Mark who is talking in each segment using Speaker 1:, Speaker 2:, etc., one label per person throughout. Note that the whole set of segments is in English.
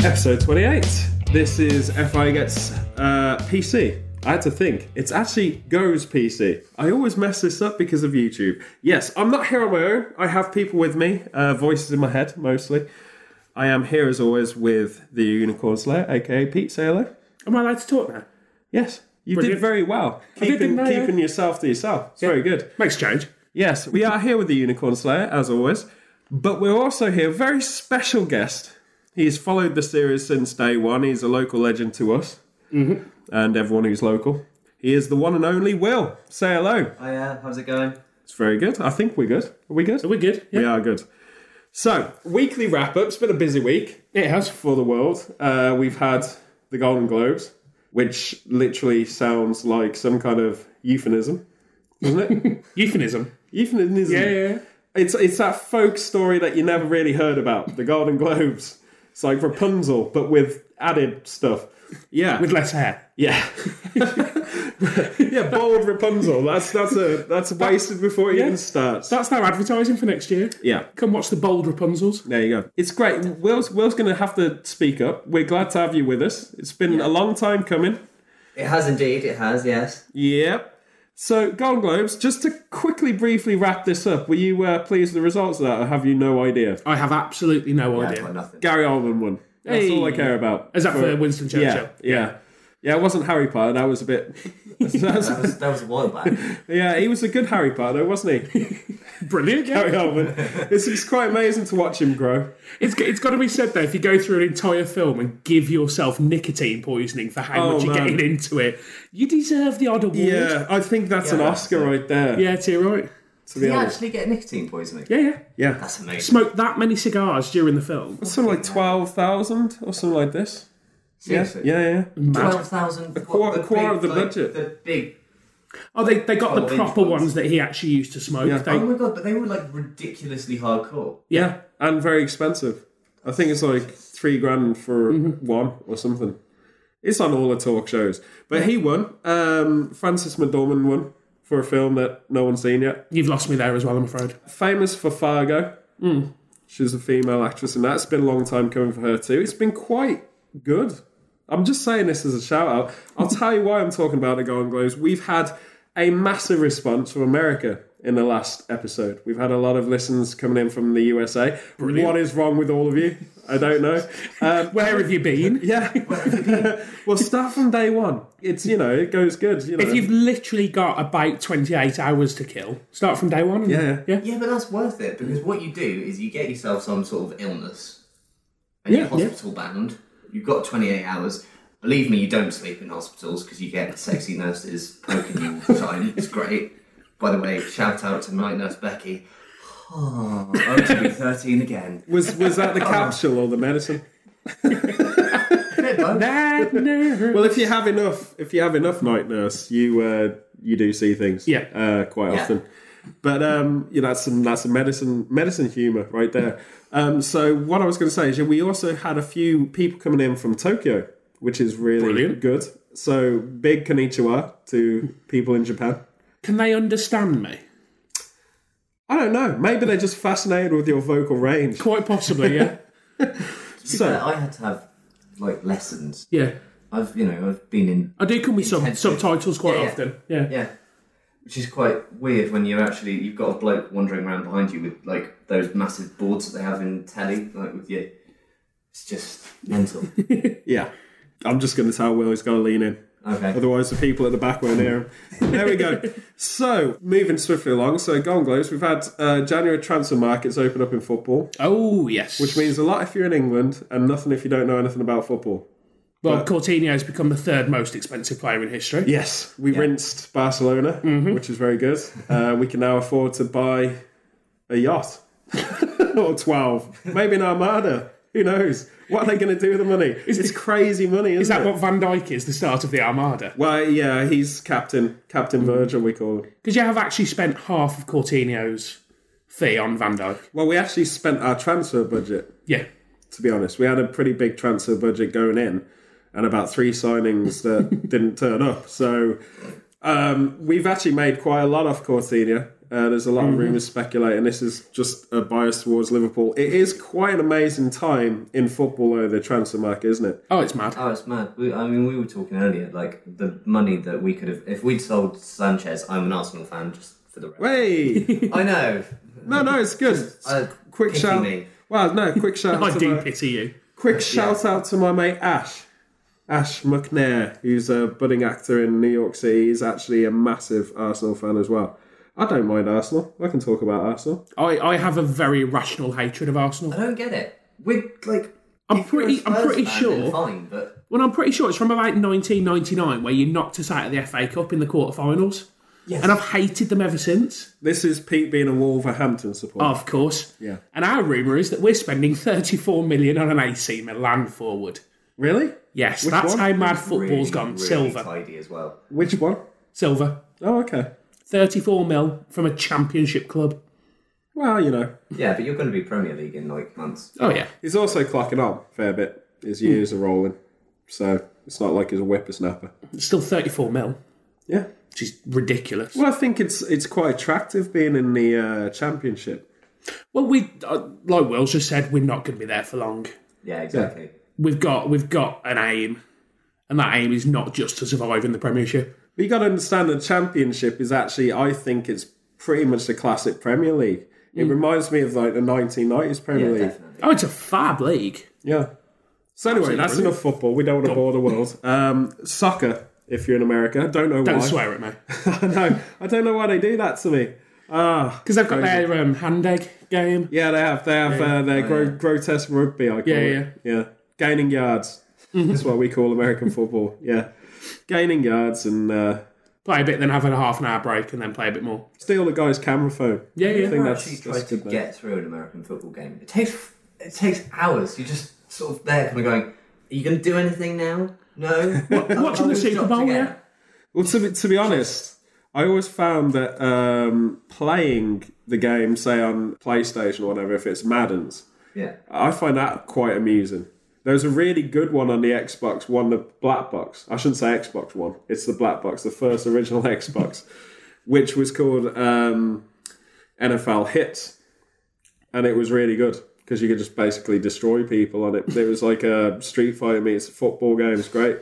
Speaker 1: Episode 28. This is FI Gets uh, PC. I had to think. It's actually Goes PC. I always mess this up because of YouTube. Yes, I'm not here on my own. I have people with me, uh, voices in my head mostly. I am here as always with the Unicorn Slayer, aka Pete Sailor.
Speaker 2: Am I allowed to talk now?
Speaker 1: Yes, you did
Speaker 2: Brilliant.
Speaker 1: very well.
Speaker 2: did,
Speaker 1: Keeping,
Speaker 2: didn't I, yeah?
Speaker 1: keeping yourself to yourself. It's very good.
Speaker 2: Makes change.
Speaker 1: Yes, we are here with the Unicorn Slayer, as always, but we're also here, a very special guest. He's followed the series since day one. He's a local legend to us and everyone who's local. He is the one and only Will. Say hello.
Speaker 3: Oh yeah, how's it going?
Speaker 1: It's very good. I think we're good. Are we good?
Speaker 2: Are we good?
Speaker 1: We are good. So, weekly wrap up. It's been a busy week
Speaker 2: It has.
Speaker 1: for the world. Uh, we've had the Golden Globes, which literally sounds like some kind of euphemism, doesn't it?
Speaker 2: Euphemism.
Speaker 1: euphemism.
Speaker 2: yeah.
Speaker 1: It's it's that folk story that you never really heard about, the Golden Globes. It's like Rapunzel, but with added stuff. Yeah,
Speaker 2: With less hair.
Speaker 1: yeah, yeah. Bald Rapunzel. That's that's a that's wasted before it even starts.
Speaker 2: That's their advertising for next year.
Speaker 1: yeah,
Speaker 2: Come watch the bold Rapunzels.
Speaker 1: there you go. It's great. Will's Will's going to have to speak up. We're glad to have you with us. It's been a long time coming.
Speaker 3: It has indeed, it has, yes.
Speaker 1: Yep. So Golden Globes. Just to quickly, briefly wrap this up. Were you uh, pleased with the results of that, or have you no idea?
Speaker 2: I have absolutely no
Speaker 3: I've
Speaker 2: idea.
Speaker 3: got nothing.
Speaker 1: Gary Oldman won. That's all I
Speaker 2: Hey.
Speaker 1: care about.
Speaker 2: Is that for Winston Churchill?
Speaker 1: yeah, yeah, yeah. It wasn't Harry Potter. That was a bit.
Speaker 3: That was, that was a while back.
Speaker 1: yeah, he was a good Harry Potter, though, wasn't he?
Speaker 2: Brilliant. yeah.
Speaker 1: Harry Oldman. It's, it's quite amazing to watch him grow.
Speaker 2: It's, it's got to be said though, if you go through an entire film and give yourself nicotine poisoning for how
Speaker 1: Oh,
Speaker 2: much you're
Speaker 1: man.
Speaker 2: getting into it, you deserve the odd award.
Speaker 1: Yeah, I think that's
Speaker 3: Yeah,
Speaker 1: an
Speaker 3: that's
Speaker 1: Oscar right there.
Speaker 2: Yeah, it's here, right.
Speaker 1: to
Speaker 3: Did
Speaker 1: be
Speaker 3: he
Speaker 1: honest.
Speaker 3: actually get nicotine poisoning?
Speaker 2: Yeah, yeah.
Speaker 1: Yeah,
Speaker 3: That's amazing.
Speaker 2: Smoked that many cigars during the film.
Speaker 1: something like twelve thousand or something like this. Yeah,
Speaker 3: Seriously. Mm-hmm.
Speaker 1: yeah, yeah.
Speaker 3: Twelve thousand. A
Speaker 1: quar- a quarter of the budget.
Speaker 3: The big.
Speaker 2: Oh, they, they got the
Speaker 3: Oh, these
Speaker 2: proper
Speaker 3: ones.
Speaker 2: ones that he actually used to smoke.
Speaker 1: Yeah.
Speaker 2: They,
Speaker 3: Oh my god! But they were like ridiculously hardcore.
Speaker 2: yeah.
Speaker 1: and very expensive. I think it's like three grand for one or something. It's on all the talk shows, but he won. Um, Francis McDormand won for a film that no one's seen yet.
Speaker 2: You've lost me there as well, I'm afraid.
Speaker 1: famous for Fargo. She's a female actress, and that's been a long time coming for her too. It's been quite good. I'm just saying this as a shout out. I'll tell you why I'm talking about the Golden Globes. We've had a massive response from America in the last episode. We've had a lot of listens coming in from the USA. What is wrong with all of you? I don't know. Um,
Speaker 2: Where have you been?
Speaker 1: yeah. well, start from day one. It's you know it goes good. You know.
Speaker 2: If you've literally got about 28 hours to kill, start from day one. and-
Speaker 1: Yeah, yeah.
Speaker 3: Yeah, but that's worth it because what you do is you get yourself some sort of illness, and you're
Speaker 2: Yeah, yeah.
Speaker 3: hospital bound. You've got twenty eight hours. Believe me, you don't sleep in hospitals because you get sexy nurses poking you all the time. It's great. By the way, shout out to night nurse Becky. Oh, oh to be thirteen again.
Speaker 1: Was was that the capsule or the medicine?
Speaker 2: That nerve.
Speaker 1: Well, if you have enough, if you have enough night nurse, you uh, you do see things,
Speaker 2: Yeah.
Speaker 1: uh, quite
Speaker 3: Yeah.
Speaker 1: often. But um, you know, that's some that's some medicine medicine humor right there. Um, so what I was going to say is, yeah, we also had a few people coming in from Tokyo, which is really
Speaker 2: Brilliant.
Speaker 1: good. So big konnichiwa to people in Japan.
Speaker 2: Can they understand me?
Speaker 1: I don't know. Maybe they're just fascinated with your vocal range.
Speaker 2: Quite possibly, yeah.
Speaker 1: So-
Speaker 3: So I had to have like lessons.
Speaker 2: yeah.
Speaker 3: I've you know I've been in
Speaker 2: I do come with sub-
Speaker 3: Intensive.
Speaker 2: subtitles quite
Speaker 3: Yeah, yeah.
Speaker 2: often. Yeah.
Speaker 3: yeah, which is quite weird when you're actually you've got a bloke wandering around behind you with like those massive boards that they have in telly like with you. It's just mental.
Speaker 1: Yeah, I'm just going to tell Will he's got to lean in.
Speaker 3: Okay.
Speaker 1: Otherwise, the people at the back won't hear him. There we go. So, moving swiftly along. So, Golden Globes, we've had uh, January transfer markets open up in football,
Speaker 2: Oh, yes.
Speaker 1: which means a lot if you're in England and nothing if you don't know anything about football.
Speaker 2: Well, Coutinho's become the third most expensive player in history.
Speaker 1: Yes, we rinsed Barcelona,
Speaker 2: Mm-hmm.
Speaker 1: which is very good. Uh, we can now afford to buy a yacht or 12, maybe an Armada. Who knows? What are they going to do with the money? It's crazy money, isn't
Speaker 2: Is that
Speaker 1: it?
Speaker 2: what Van Dijk is, the start of the Armada?
Speaker 1: Well, yeah, he's captain, Captain
Speaker 2: Mm-hmm.
Speaker 1: Virgil, we call him.
Speaker 2: Because you have actually spent half of Coutinho's fee on Van Dijk.
Speaker 1: Well, we actually spent our transfer budget
Speaker 2: Yeah.
Speaker 1: to be honest. We had a pretty big transfer budget going in and about three signings that didn't turn up. So um, we've actually made quite a lot off Cortina. Uh, there's a lot
Speaker 2: Mm-hmm.
Speaker 1: of rumours speculating. This is just a bias towards Liverpool. It is quite an amazing time in football, though, the transfer market, isn't it?
Speaker 2: Oh, it's mad.
Speaker 1: Uh,
Speaker 3: Oh, it's mad. We, I mean, we were talking earlier, like the money that we could have if we'd sold Sanchez. I'm an Arsenal fan, just for the record.
Speaker 1: Hey!
Speaker 3: I know.
Speaker 1: no, no, it's good.
Speaker 3: Uh,
Speaker 1: quick
Speaker 3: pity
Speaker 1: shout.
Speaker 3: me.
Speaker 1: Well, no, quick shout.
Speaker 2: I
Speaker 1: to
Speaker 2: do
Speaker 1: my-
Speaker 2: pity you.
Speaker 1: Quick shout out to my mate Ash, Ash McNair, who's a budding actor in New York City. He's actually a massive Arsenal fan as well. I don't mind Arsenal. I can talk about Arsenal.
Speaker 2: I, I have a very rational hatred of Arsenal.
Speaker 3: I don't get it. We're like.
Speaker 2: I'm
Speaker 3: if you're a
Speaker 2: pretty- I'm
Speaker 3: Spurs
Speaker 2: pretty
Speaker 3: fan, then
Speaker 2: sure-
Speaker 3: Fine, but
Speaker 2: Well, I'm pretty sure it's from about 1999 where you knocked us out of the FA Cup in the quarterfinals.
Speaker 3: Yes.
Speaker 2: And I've hated them ever since.
Speaker 1: This is Pete being a Wolverhampton supporter.
Speaker 2: Of course.
Speaker 1: Yeah.
Speaker 2: And our rumour is that we're spending 34 million on an AC Milan forward.
Speaker 1: Really?
Speaker 2: Yes,
Speaker 1: Which
Speaker 2: that's
Speaker 1: one?
Speaker 2: how mad
Speaker 3: really,
Speaker 2: football's gone.
Speaker 3: really
Speaker 2: Silver.
Speaker 3: tidy as well.
Speaker 1: Which one?
Speaker 2: Silver.
Speaker 1: Oh, okay.
Speaker 2: 34 mil from a championship club.
Speaker 1: Well, you know,
Speaker 3: Yeah, but you're going to be Premier League in like months.
Speaker 2: Oh, yeah.
Speaker 1: he's also clocking on a fair bit. His years are rolling, so it's not like he's a whippersnapper.
Speaker 2: It's still 34 mil,
Speaker 1: Yeah.
Speaker 2: which is ridiculous.
Speaker 1: Well, I think it's it's quite attractive being in the uh, championship.
Speaker 2: Well, we, uh, like Will's just said, we're not going to be there for long.
Speaker 3: Yeah, exactly.
Speaker 2: We've got, we've got an aim, and that aim is not just to survive in the Premiership.
Speaker 1: But you got to understand the championship is actually, I think it's pretty much the classic Premier League. It reminds me of like the 1990s Premier
Speaker 3: Yeah,
Speaker 1: League.
Speaker 3: definitely.
Speaker 2: Oh, it's a fab league.
Speaker 1: Yeah. So anyway, that's
Speaker 2: brilliant.
Speaker 1: enough football. We don't want to bore the world. Um, soccer, if you're in America, I don't know
Speaker 2: Don't
Speaker 1: why.
Speaker 2: swear at me.
Speaker 1: I know. I don't know why they do that to me. Ah,
Speaker 2: Because they've got their um, hand egg game.
Speaker 1: yeah, they have. They have uh, their gro- grotesque rugby. I call
Speaker 2: Yeah,
Speaker 1: it. Yeah, Gaining yards. That's what we call American football. Yeah, gaining yards and uh,
Speaker 2: Play a bit, then have a half an hour break, and then play a bit more.
Speaker 1: steal the guy's camera phone.
Speaker 2: Yeah, yeah.
Speaker 1: I think
Speaker 3: I
Speaker 1: that's,
Speaker 3: actually
Speaker 1: that's
Speaker 3: tried to
Speaker 1: good, mate.
Speaker 3: get through an American football game. It takes it takes hours. You're just sort of there, kind of going, "Are you going to do anything now? No."
Speaker 2: watching the
Speaker 3: Oh,
Speaker 2: Super
Speaker 3: shocked
Speaker 2: Bowl,
Speaker 3: again.
Speaker 2: yeah?
Speaker 1: Well, to be, to be honest, I always found that um, playing the game, say on PlayStation or whatever, if it's Madden's,
Speaker 3: Yeah.
Speaker 1: I find that quite amusing. There's a really good one on the Xbox One, the Black Box. I shouldn't say Xbox One. It's the Black Box, the first original Xbox, which was called um, NFL Hits, and it was really good because you could just basically destroy people on it. It was like a Street Fighter meets football game. It's great.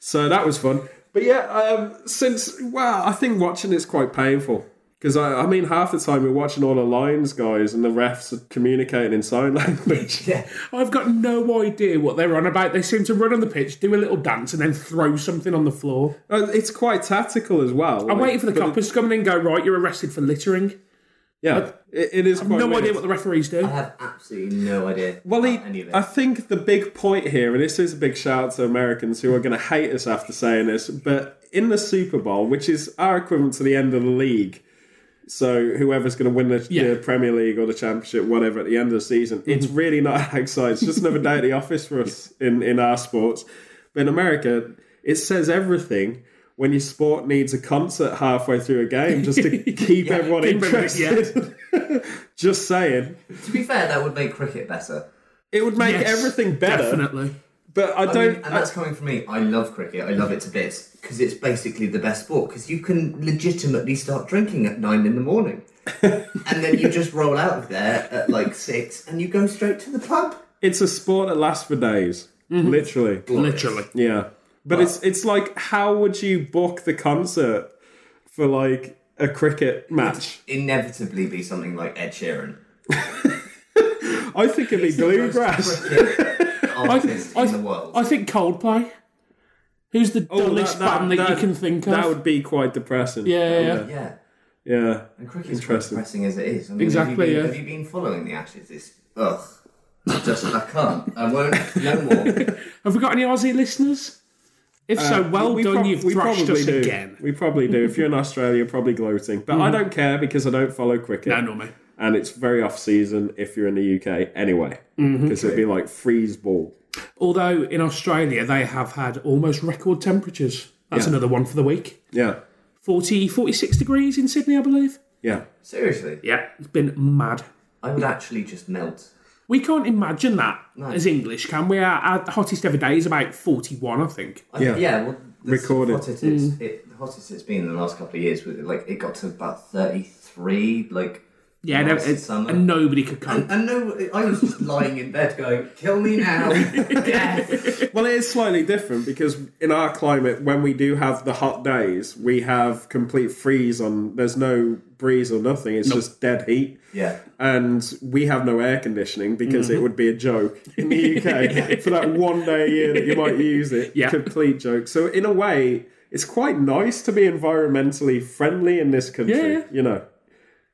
Speaker 1: So that was fun. But yeah, um, since well, I think watching it's quite painful because I, I mean, half the time you're watching all the Lions guys and the refs are communicating in sign language.
Speaker 3: Yeah.
Speaker 2: I've got no idea what they're on about. They seem to run on the pitch, do a little dance, and then throw something on the floor.
Speaker 1: Uh, It's quite tactical as well.
Speaker 2: I'm waiting for the coppers to come in and go, right, you're arrested for littering.
Speaker 1: Yeah, it, it is quite
Speaker 2: No
Speaker 1: weird.
Speaker 2: idea what the referees do.
Speaker 3: I have absolutely no idea.
Speaker 1: Well,
Speaker 3: about
Speaker 1: he,
Speaker 3: any of it.
Speaker 1: I think the big point here, and this is a big shout out to Americans who are going to hate us after saying this, but in the Super Bowl, which is our equivalent to the end of the league, so whoever's going to win the,
Speaker 2: Yeah. Mm-hmm.
Speaker 1: the Premier League or the Championship, whatever, at the end of the season, it's really not exciting. It's just another day at the office for us in, in our sports. But in America, it says everything. When your sport needs a concert halfway through a game just to keep everyone
Speaker 2: keep everyone- yeah.
Speaker 1: interested. just saying.
Speaker 3: to be fair, that would make cricket better.
Speaker 1: It would make
Speaker 2: Yes,
Speaker 1: everything better.
Speaker 2: Definitely.
Speaker 1: But I
Speaker 3: I mean,
Speaker 1: don't.
Speaker 3: and that's coming from me. I love cricket. I love it to bits because it's basically the best sport. Because you can legitimately start drinking at nine in the morning, and then you just roll out of there at like six, and you go straight to the pub.
Speaker 1: it's a sport that lasts for days,
Speaker 3: Mm-hmm.
Speaker 1: literally.
Speaker 2: Literally.
Speaker 1: Yeah, but it's it's like how would you book the concert for like a cricket match?
Speaker 3: Inevitably, be something like Ed Sheeran.
Speaker 1: I think it'd be bluegrass.
Speaker 3: Artist in the world.
Speaker 2: I think Coldplay. Who's the dullest band that, you can think of?
Speaker 1: Oh, That would be quite depressing.
Speaker 2: Yeah, yeah, yeah.
Speaker 3: yeah,
Speaker 1: yeah.
Speaker 3: and cricket's quite
Speaker 1: Interesting.
Speaker 3: depressing as it is. I mean,
Speaker 2: Exactly,
Speaker 3: Have you, been,
Speaker 2: yeah.
Speaker 3: have you been following the Ashes? It's ugh. I Just I can't. I won't. No more.
Speaker 2: Have we got any Aussie listeners? If so, well
Speaker 1: Uh, We
Speaker 2: done.
Speaker 1: prob-
Speaker 2: You've
Speaker 1: we
Speaker 2: thrashed
Speaker 1: probably
Speaker 2: us
Speaker 1: do.
Speaker 2: again. Mm-hmm.
Speaker 1: We probably do. If you're in Australia, you're probably gloating. But I don't care because I don't follow cricket.
Speaker 2: No, no, mate.
Speaker 1: And it's very off season if you're in the UK anyway. Because
Speaker 2: Mm-hmm.
Speaker 1: it'd be like freeze ball.
Speaker 2: Although in Australia they have had almost record temperatures. That's
Speaker 1: Yeah.
Speaker 2: another one for the week.
Speaker 1: Yeah.
Speaker 2: 40, 46 degrees in Sydney, I believe.
Speaker 1: Yeah.
Speaker 3: Seriously,
Speaker 2: Yeah, it's been mad.
Speaker 3: I would actually just melt.
Speaker 2: We can't imagine that as English, can we? Our, our hottest ever day is about 41, I think.
Speaker 3: I, yeah.
Speaker 1: Yeah.
Speaker 3: well,
Speaker 1: recorded.
Speaker 3: Hot it is. It, the hottest it's been in the last couple of years. With like it got to about thirty three. Like
Speaker 2: Yeah, no,
Speaker 3: last
Speaker 2: it's,
Speaker 3: summer.
Speaker 2: and nobody could cope.
Speaker 3: and no, I was just lying in bed going, "Kill me now, death."
Speaker 1: Well, it is slightly different because in our climate, when we do have the hot days, we have complete freeze on. There's no breeze or nothing. It's just dead heat.
Speaker 3: Yeah.
Speaker 1: And we have no air conditioning because
Speaker 2: Mm-hmm.
Speaker 1: it would be a joke in the UK for that one day a year that you might use it.
Speaker 2: Yeah.
Speaker 1: Complete joke. So in a way, it's quite nice to be environmentally friendly in this country.
Speaker 2: Yeah, yeah.
Speaker 1: You know.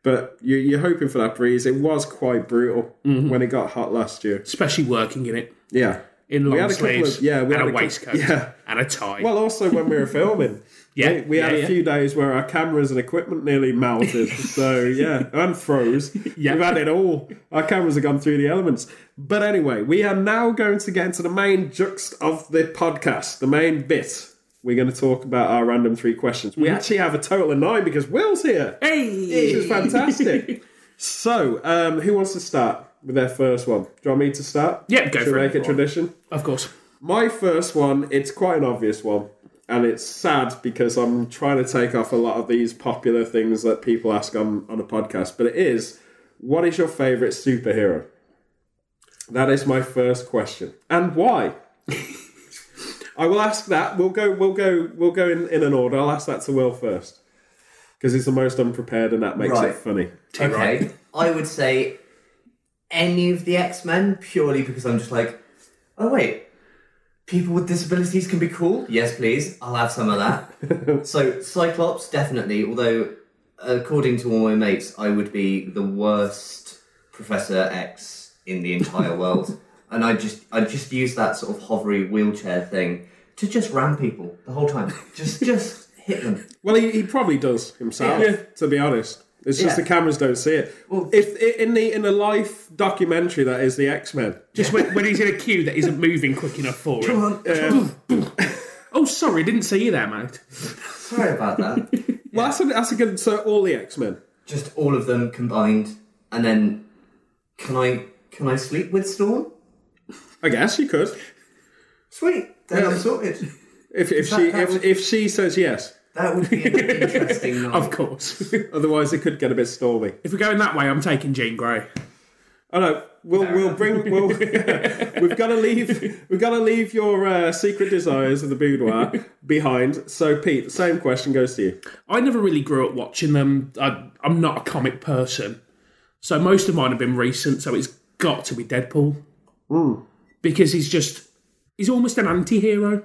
Speaker 1: But you- you're hoping for that breeze. It was quite brutal
Speaker 2: Mm-hmm.
Speaker 1: when it got hot last year.
Speaker 2: Especially working in it
Speaker 1: Yeah.
Speaker 2: in long
Speaker 1: had a couple
Speaker 2: sleeves
Speaker 1: of- yeah, we
Speaker 2: and
Speaker 1: had
Speaker 2: a,
Speaker 1: a cou-
Speaker 2: waistcoat
Speaker 1: yeah.
Speaker 2: and a tie.
Speaker 1: Well, also when we were filming.
Speaker 2: Yeah,
Speaker 1: We, we had
Speaker 2: yeah,
Speaker 1: a
Speaker 2: yeah.
Speaker 1: few days where our cameras and equipment nearly melted. so, yeah, and froze.
Speaker 2: Yeah.
Speaker 1: We've had it all. Our cameras have gone through the elements. But anyway, we are now going to get into the main juxt of the podcast, the main bit. We're going to talk about our random three questions. We actually have a total of nine because Will's here,
Speaker 2: Mm-hmm. hey,
Speaker 1: which is fantastic. so, um, who wants to start with their first one? Do you want me to start?
Speaker 2: Yeah, go
Speaker 1: Should
Speaker 2: for
Speaker 1: we make
Speaker 2: it.
Speaker 1: a tradition?
Speaker 2: of course.
Speaker 1: My first one, it's quite an obvious one, and it's sad because I'm trying to take off a lot of these popular things that people ask on, on a podcast, but it is what is your favourite superhero? That is my first question. And why? I will ask that. We'll go we'll go we'll go in, in an order. I'll ask that to Will first. Because he's the most unprepared and that makes
Speaker 3: Right.
Speaker 1: it funny.
Speaker 3: Okay. I would say any of the X Men purely because I'm just like, oh wait, people with disabilities can be cool. Yes, please. I'll have some of that. so Cyclops definitely. Although, according to all my mates, I would be the worst Professor X in the entire world, and I just I just use that sort of hovery wheelchair thing to just ram people the whole time. Just just hit them.
Speaker 1: Well, he, he probably does himself.
Speaker 2: Yeah.
Speaker 1: To be honest, it's just
Speaker 3: Yeah.
Speaker 1: the cameras don't see it.
Speaker 3: Well-
Speaker 1: if i- in the in the life documentary that is the X Men,
Speaker 2: Just when, when he's in a queue that isn't moving quick enough for him. Oh, sorry, didn't see you there, mate.
Speaker 3: Sorry about that.
Speaker 1: well, that's a, that's a good. So all the X Men.
Speaker 3: just all of them combined, and then can I can I sleep with Storm?
Speaker 1: I guess you could
Speaker 3: Sweet, then I'm sorted.
Speaker 1: if if
Speaker 3: that
Speaker 1: she
Speaker 3: how-
Speaker 1: if, if she says yes.
Speaker 3: That would be an interesting night.
Speaker 2: Of course.
Speaker 1: Otherwise, it could get a bit stormy.
Speaker 2: if we're going that way, I'm taking Jean Grey.
Speaker 1: Oh no, we'll we'll bring we'll we've got to leave we've got to leave your uh, secret desires of the boudoir behind. So Pete, the same question goes to you.
Speaker 2: I never really grew up watching them. I, I'm not a comic person, so most of mine have been recent. So it's got to be Deadpool because he's just he's almost an anti-hero.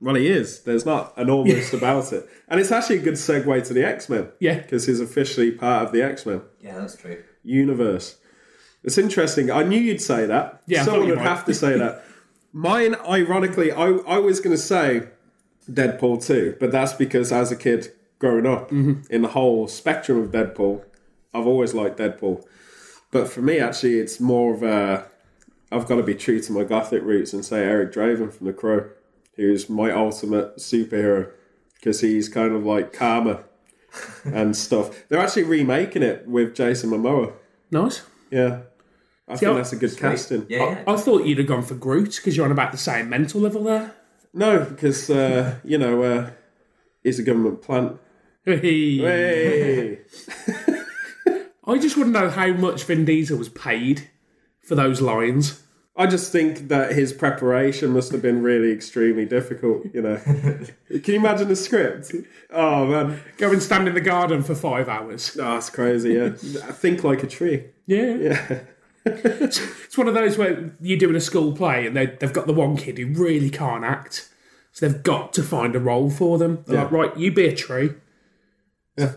Speaker 1: Well, he is. There's not an almost about it. And it's actually a good segue to the X Men.
Speaker 2: Yeah.
Speaker 1: Because he's officially part of the X Men
Speaker 3: Yeah, that's true.
Speaker 1: universe. It's interesting. I knew you'd say that.
Speaker 2: Yeah, I thought
Speaker 1: Someone
Speaker 2: you
Speaker 1: would
Speaker 2: might.
Speaker 1: have to say that. Mine, ironically, I, I was going to say Deadpool 2, but that's because as a kid growing up
Speaker 2: Mm-hmm.
Speaker 1: in the whole spectrum of Deadpool, I've always liked Deadpool. But for me, actually, it's more of a. I've got to be true to my gothic roots and say Eric Draven from The Crow, who's my ultimate superhero because he's kind of like karma and stuff. They're actually remaking it with Jason Momoa.
Speaker 2: Nice.
Speaker 1: Yeah. I
Speaker 2: I-
Speaker 1: think that's a good casting. Oh,
Speaker 3: Yeah, yeah.
Speaker 2: I thought you'd have gone for Groot because you're on about the same mental level there.
Speaker 1: No, because, uh, you know, uh, he's a government plant.
Speaker 2: I
Speaker 1: Hey!
Speaker 2: just want to know how much Vin Diesel was paid for those lines.
Speaker 1: I just think that his preparation must have been really extremely difficult, you know. Can you imagine the script? Oh, man.
Speaker 2: Go and stand in the garden for five hours.
Speaker 1: Oh, that's crazy, yeah. Think like a tree.
Speaker 2: Yeah. it's one of those where you're doing a school play and they, they've got the one kid who really can't act. So they've got to find a role for them. They're like, right, you be a tree.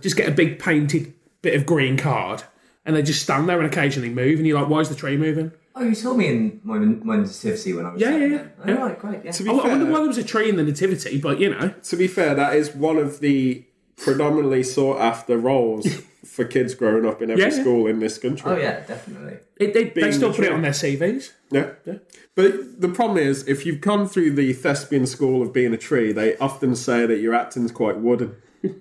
Speaker 2: Just get a big painted bit of green card. And they just stand there and occasionally move. And you're like, why is the tree moving?
Speaker 3: Oh, you saw me in my my nativity when I was
Speaker 2: Yeah,
Speaker 3: seven
Speaker 2: yeah,
Speaker 3: then.
Speaker 2: yeah.
Speaker 3: Oh, right, great. Yeah.
Speaker 1: To be
Speaker 2: I, I
Speaker 1: fair,
Speaker 2: wonder why there was a tree in the nativity, but you know.
Speaker 1: to be fair, that is one of the predominantly sought after roles for kids growing up in every
Speaker 2: Yeah, yeah.
Speaker 1: school in this country.
Speaker 3: oh yeah, definitely.
Speaker 2: It, they, they
Speaker 1: Being
Speaker 2: still
Speaker 1: the
Speaker 2: put it
Speaker 1: tree.
Speaker 2: on their CVs.
Speaker 1: Yeah. But the problem is, if you've come through the thespian school of being a tree, they often say that your acting's quite wooden.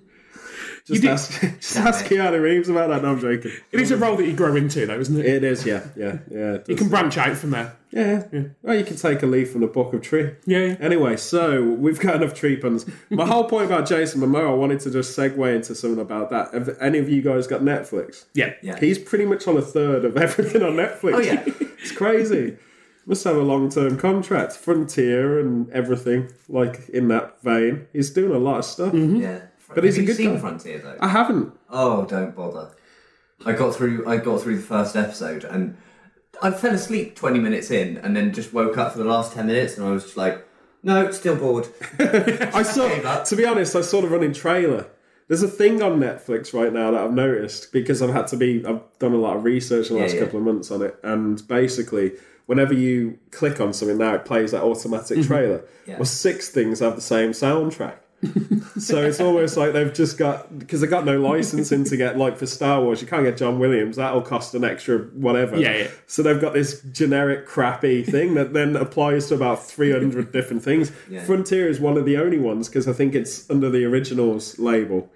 Speaker 1: Just
Speaker 2: did-
Speaker 1: ask, just ask Keanu Reeves about that. No, I'm joking.
Speaker 2: It is a role that you grow into, though, isn't it?
Speaker 1: It is, yeah, yeah, yeah. it
Speaker 2: You
Speaker 1: does.
Speaker 2: can branch out from there.
Speaker 1: Yeah. Well, you can take a leaf from the book of tree.
Speaker 2: Yeah, yeah.
Speaker 1: Anyway, so we've got enough tree puns. My whole point about Jason Momoa, I wanted to just segue into something about that. Have any of you guys got Netflix?
Speaker 2: Yeah.
Speaker 3: Yeah.
Speaker 1: He's pretty much on a third of everything on Netflix.
Speaker 3: Oh, yeah.
Speaker 1: it's crazy. Must have a long term contract, Frontier and everything, like in that vein. He's doing a lot of stuff.
Speaker 3: Yeah.
Speaker 1: But
Speaker 3: But
Speaker 1: he's
Speaker 3: is
Speaker 1: a
Speaker 3: it
Speaker 1: good
Speaker 3: seen
Speaker 1: guy.
Speaker 3: Frontier though?
Speaker 1: I haven't.
Speaker 3: Oh, don't bother. I got through. I got through the first episode, and I fell asleep twenty minutes in, and then just woke up for the last ten minutes, and I was just like, "No, still bored."
Speaker 1: I saw, to be honest, I saw the running trailer. There's a thing on Netflix right now that I've noticed because I've had to be, I've done a lot of research in the last
Speaker 3: yeah.
Speaker 1: couple of months on it. And basically, whenever you click on something now, it plays that automatic trailer.
Speaker 3: Mm-hmm. Yeah.
Speaker 1: Well, six things have the same soundtrack. so it's almost like they've just got, because they've got no licensing to get, like for Star Wars, you can't get John Williams. That'll cost an extra whatever.
Speaker 2: Yeah, yeah.
Speaker 1: So they've got this generic crappy thing that then applies to about 300 different things.
Speaker 3: Yeah.
Speaker 1: Frontier is one of the only ones because I think it's under the originals label